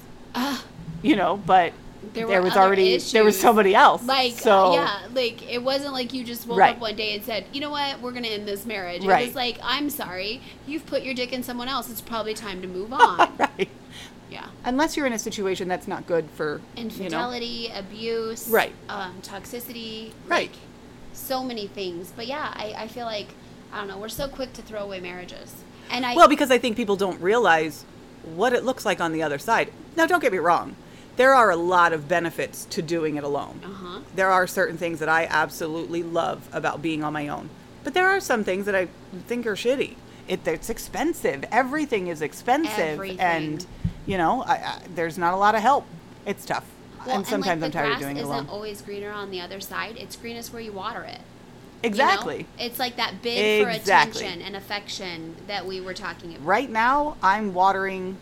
Speaker 3: you know, but
Speaker 2: Ah. There
Speaker 3: there,
Speaker 2: were
Speaker 3: was
Speaker 2: other
Speaker 3: already there was
Speaker 2: issues.
Speaker 3: somebody else.
Speaker 2: Like, uh,
Speaker 3: so
Speaker 2: yeah, like it wasn't like you just woke
Speaker 3: Right.
Speaker 2: up one day and said, you know what, we're gonna end this marriage. It
Speaker 3: Right.
Speaker 2: was like, I'm sorry, you've put your dick in someone else. It's probably time to move on.
Speaker 3: right.
Speaker 2: yeah.
Speaker 3: Unless you're in a situation that's not good for You know,
Speaker 2: infidelity, abuse,
Speaker 3: Right.
Speaker 2: Um, toxicity,
Speaker 3: Right.
Speaker 2: like, so many things. But yeah, I, I feel like I don't know. We're so quick to throw away marriages, and I
Speaker 3: well, because I think people don't realize what it looks like on the other side. Now, don't get me wrong. There are a lot of benefits to doing it alone.
Speaker 2: Uh-huh.
Speaker 3: There are certain things that I absolutely love about being on my own. But there are some things that I think are shitty. It, it's expensive. Everything is expensive. And,
Speaker 2: Everything.
Speaker 3: you know, I, I, there's not a lot of help. It's tough.
Speaker 2: well,
Speaker 3: and sometimes
Speaker 2: like,
Speaker 3: I'm
Speaker 2: the
Speaker 3: tired
Speaker 2: grass
Speaker 3: of doing it
Speaker 2: isn't
Speaker 3: alone.
Speaker 2: always greener on the other side. It's greenest where you water it. you know?
Speaker 3: exactly.
Speaker 2: It's like that bid
Speaker 3: Exactly.
Speaker 2: for attention and affection that we were talking about.
Speaker 3: Right now, I'm watering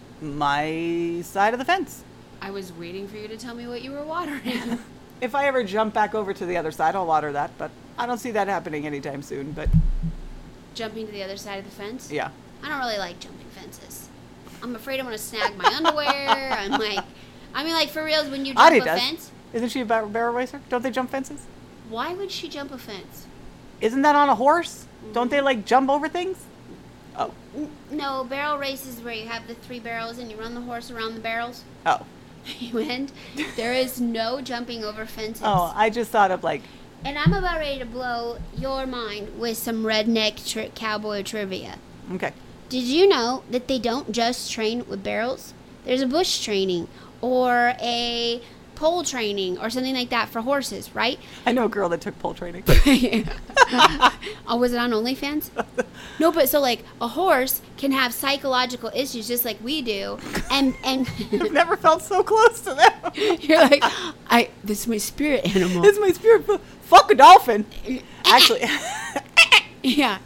Speaker 3: my side of the fence.
Speaker 2: I was waiting for you to tell me what you were watering.
Speaker 3: If I ever jump back over to the other side, I'll water that, but I don't see that happening anytime soon. But
Speaker 2: Jumping to the other side of the fence.
Speaker 3: yeah.
Speaker 2: I don't really like jumping fences. I'm afraid I'm gonna snag my underwear. I'm like, I mean, like for reals, when you jump
Speaker 3: Adi
Speaker 2: a
Speaker 3: does.
Speaker 2: fence,
Speaker 3: Isn't she a bar- barrel racer? Don't they jump fences?
Speaker 2: why would she jump a fence?
Speaker 3: Isn't that on a horse? Don't they like jump over things? Oh,
Speaker 2: N- No, barrel races where you have the three barrels and you run the horse around the barrels.
Speaker 3: oh,
Speaker 2: You end. There is no jumping over fences.
Speaker 3: oh! I just thought of like,
Speaker 2: And I'm about ready to blow your mind with some redneck tri- cowboy trivia.
Speaker 3: okay,
Speaker 2: Did you know that they don't just train with barrels? There's a bush training or a pole training or something like that for horses, right?
Speaker 3: I know a girl that took pole training.
Speaker 2: oh, was it on OnlyFans? No, but so like a horse can have psychological issues just like we do, and and
Speaker 3: I've never felt so close to them.
Speaker 2: you're like, I this is my spirit animal.
Speaker 3: it's my spirit. fo- Fuck a dolphin. Actually,
Speaker 2: yeah.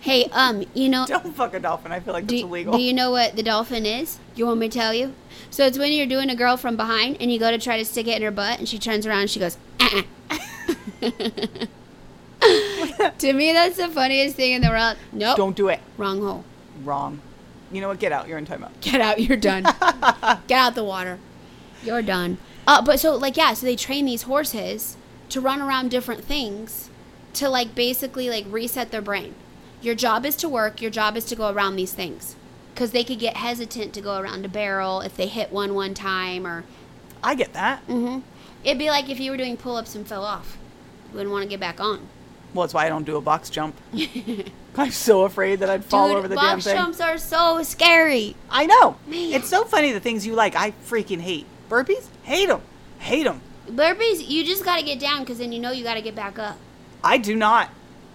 Speaker 2: Hey, um, you know,
Speaker 3: don't fuck a dolphin. I feel like that's
Speaker 2: do,
Speaker 3: illegal.
Speaker 2: do you know what the dolphin is? You want me to tell you? So it's when you're doing a girl from behind and you go to try to stick it in her butt and she turns around and she goes, "Uh-uh." to me, that's the funniest thing in the world. Nope.
Speaker 3: Don't do it.
Speaker 2: Wrong hole.
Speaker 3: Wrong. You know what? Get out. You're in timeout.
Speaker 2: Get out. You're done. Get out the water. You're done. Uh, but so like yeah, so they train these horses to run around different things to like basically like reset their brain. Your job is to work. Your job is to go around these things because they could get hesitant to go around a barrel if they hit one one time or
Speaker 3: I get that.
Speaker 2: it'd be like if you were doing pull ups and fell off. You wouldn't want to get back on.
Speaker 3: Well, that's why I don't do a box jump. I'm so afraid that I'd fall
Speaker 2: Dude,
Speaker 3: over the damn
Speaker 2: box
Speaker 3: thing.
Speaker 2: jumps are so scary.
Speaker 3: I know.
Speaker 2: Man.
Speaker 3: It's so funny the things you like. I freaking hate burpees. Hate them. Hate them.
Speaker 2: Burpees, you just got to get down because then you know you got to get back up.
Speaker 3: I do not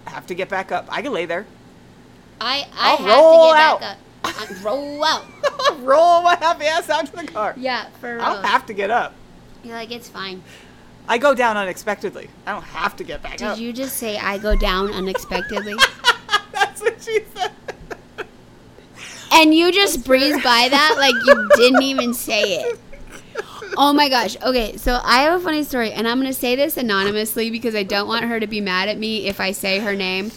Speaker 3: have to get back up. I can lay there.
Speaker 2: I I
Speaker 3: I'll
Speaker 2: have
Speaker 3: roll
Speaker 2: to get
Speaker 3: out.
Speaker 2: back up. I, roll out.
Speaker 3: Roll my happy ass out to the car.
Speaker 2: Yeah, for real.
Speaker 3: I don't have to get up.
Speaker 2: You're like it's fine.
Speaker 3: I go down unexpectedly. I don't have to get back
Speaker 2: Did
Speaker 3: up.
Speaker 2: you just say I go down unexpectedly?
Speaker 3: That's what she said.
Speaker 2: and you just breezed by that like you didn't even say it. Oh my gosh. Okay, so I have a funny story, and I'm gonna say this anonymously because I don't want her to be mad at me if I say her name.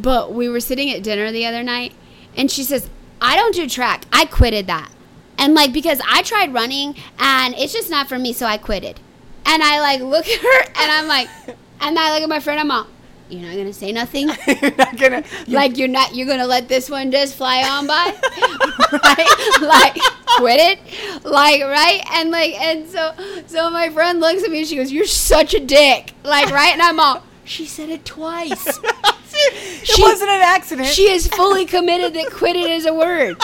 Speaker 2: But we were sitting at dinner the other night, and she says, I don't do track. I quitted that. And like, because I tried running and it's just not for me, so I quitted. And I like look at her and I'm like, and I look at my friend, I'm all, you're not gonna say nothing?
Speaker 3: you're not gonna. You,
Speaker 2: like, you're not, you're gonna let this one just fly on by? right? Like, quit it? Like, right? And like, and so, so my friend looks at me and she goes, you're such a dick. Like, right? And I'm all, she said it twice.
Speaker 3: it
Speaker 2: She-
Speaker 3: wasn't an accident.
Speaker 2: She is fully committed that quitted is a word.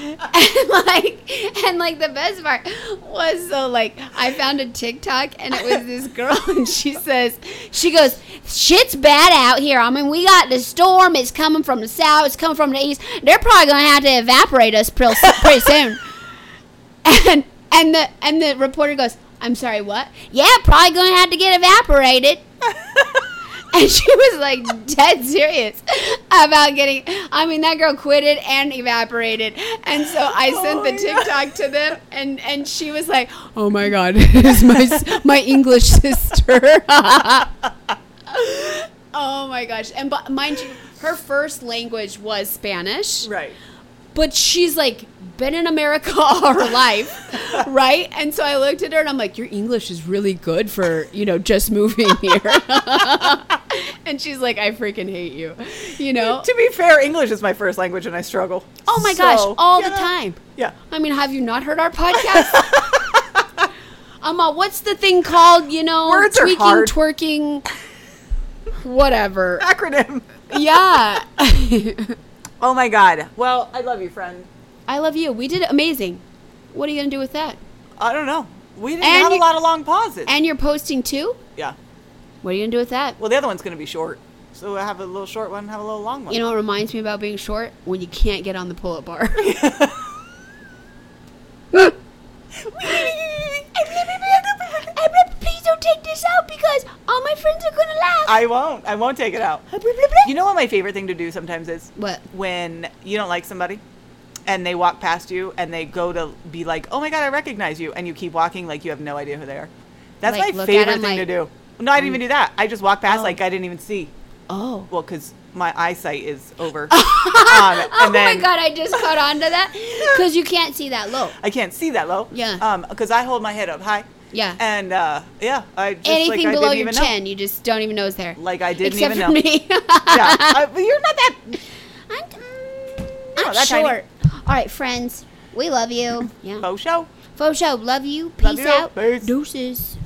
Speaker 2: and like and like the best part was so like I found a TikTok and it was this girl and she says she goes shit's bad out here I mean we got the storm it's coming from the south it's coming from the east they're probably gonna have to evaporate us pretty, pretty soon and and the and the reporter goes I'm sorry what yeah probably gonna have to get evaporated and she was like dead serious about getting. I mean, that girl quitted and evaporated. And so I sent the TikTok to them, and and she was like, "Oh my god, it is my s- my English sister." oh my gosh! And but mind you, her first language was Spanish
Speaker 3: right.
Speaker 2: but she's like been in America all her life, right? And so I looked at her and I'm like, your English is really good for you know just moving here. and she's like, I freaking hate you, you know.
Speaker 3: To be fair, English is my first language, and I struggle.
Speaker 2: Oh my gosh,
Speaker 3: So,
Speaker 2: all
Speaker 3: you
Speaker 2: the
Speaker 3: know,
Speaker 2: time.
Speaker 3: Yeah.
Speaker 2: I mean, have you not heard our podcast? I'm all, what's the thing called? You know,
Speaker 3: Words are
Speaker 2: tweaking,
Speaker 3: hard.
Speaker 2: twerking, whatever.
Speaker 3: Acronym.
Speaker 2: yeah,
Speaker 3: Oh my god. Well, I love you, friend.
Speaker 2: I love you. We did amazing. What are you gonna do with that?
Speaker 3: I don't know. We didn't
Speaker 2: And
Speaker 3: have a
Speaker 2: you-
Speaker 3: lot of long pauses.
Speaker 2: And you're posting too.
Speaker 3: yeah.
Speaker 2: What are you gonna do with that?
Speaker 3: Well, the other one's going to be short. So I have a little short one, have a little long one.
Speaker 2: You know what reminds me about being short? When you can't get on the pull up bar. Please don't take this out because all my friends are gonna laugh.
Speaker 3: I won't. I won't take it out. You know what my favorite thing to do sometimes is?
Speaker 2: What?
Speaker 3: When you don't like somebody and they walk past you and they go to be like, oh my God, I recognize you. And you keep walking like you have no idea who they are. That's
Speaker 2: Like,
Speaker 3: my
Speaker 2: look at
Speaker 3: favorite
Speaker 2: 'em
Speaker 3: thing to
Speaker 2: like- mm.
Speaker 3: do. No, I didn't even do that. I just walked past
Speaker 2: Oh.
Speaker 3: like I didn't even see.
Speaker 2: Oh.
Speaker 3: Well, because my eyesight is over. um, and
Speaker 2: Oh
Speaker 3: then
Speaker 2: my god, I just caught on to that. Because you can't see that low.
Speaker 3: I can't see that low.
Speaker 2: Yeah.
Speaker 3: Um, Because I hold my head up high.
Speaker 2: Yeah.
Speaker 3: And uh, yeah, I just,
Speaker 2: Anything
Speaker 3: like, I
Speaker 2: below
Speaker 3: didn't
Speaker 2: your
Speaker 3: even know.
Speaker 2: chin, you just don't even know it's there.
Speaker 3: Like I didn't
Speaker 2: Except
Speaker 3: even
Speaker 2: for
Speaker 3: know.
Speaker 2: me.
Speaker 3: yeah. I, but you're not that.
Speaker 2: I'm, mm,
Speaker 3: No,
Speaker 2: I'm
Speaker 3: that tiny.
Speaker 2: short. All right, friends. We love you. Yeah.
Speaker 3: Faux show.
Speaker 2: Faux show. Love you. Peace
Speaker 3: Love you.
Speaker 2: out.
Speaker 3: Peace.
Speaker 2: Deuces.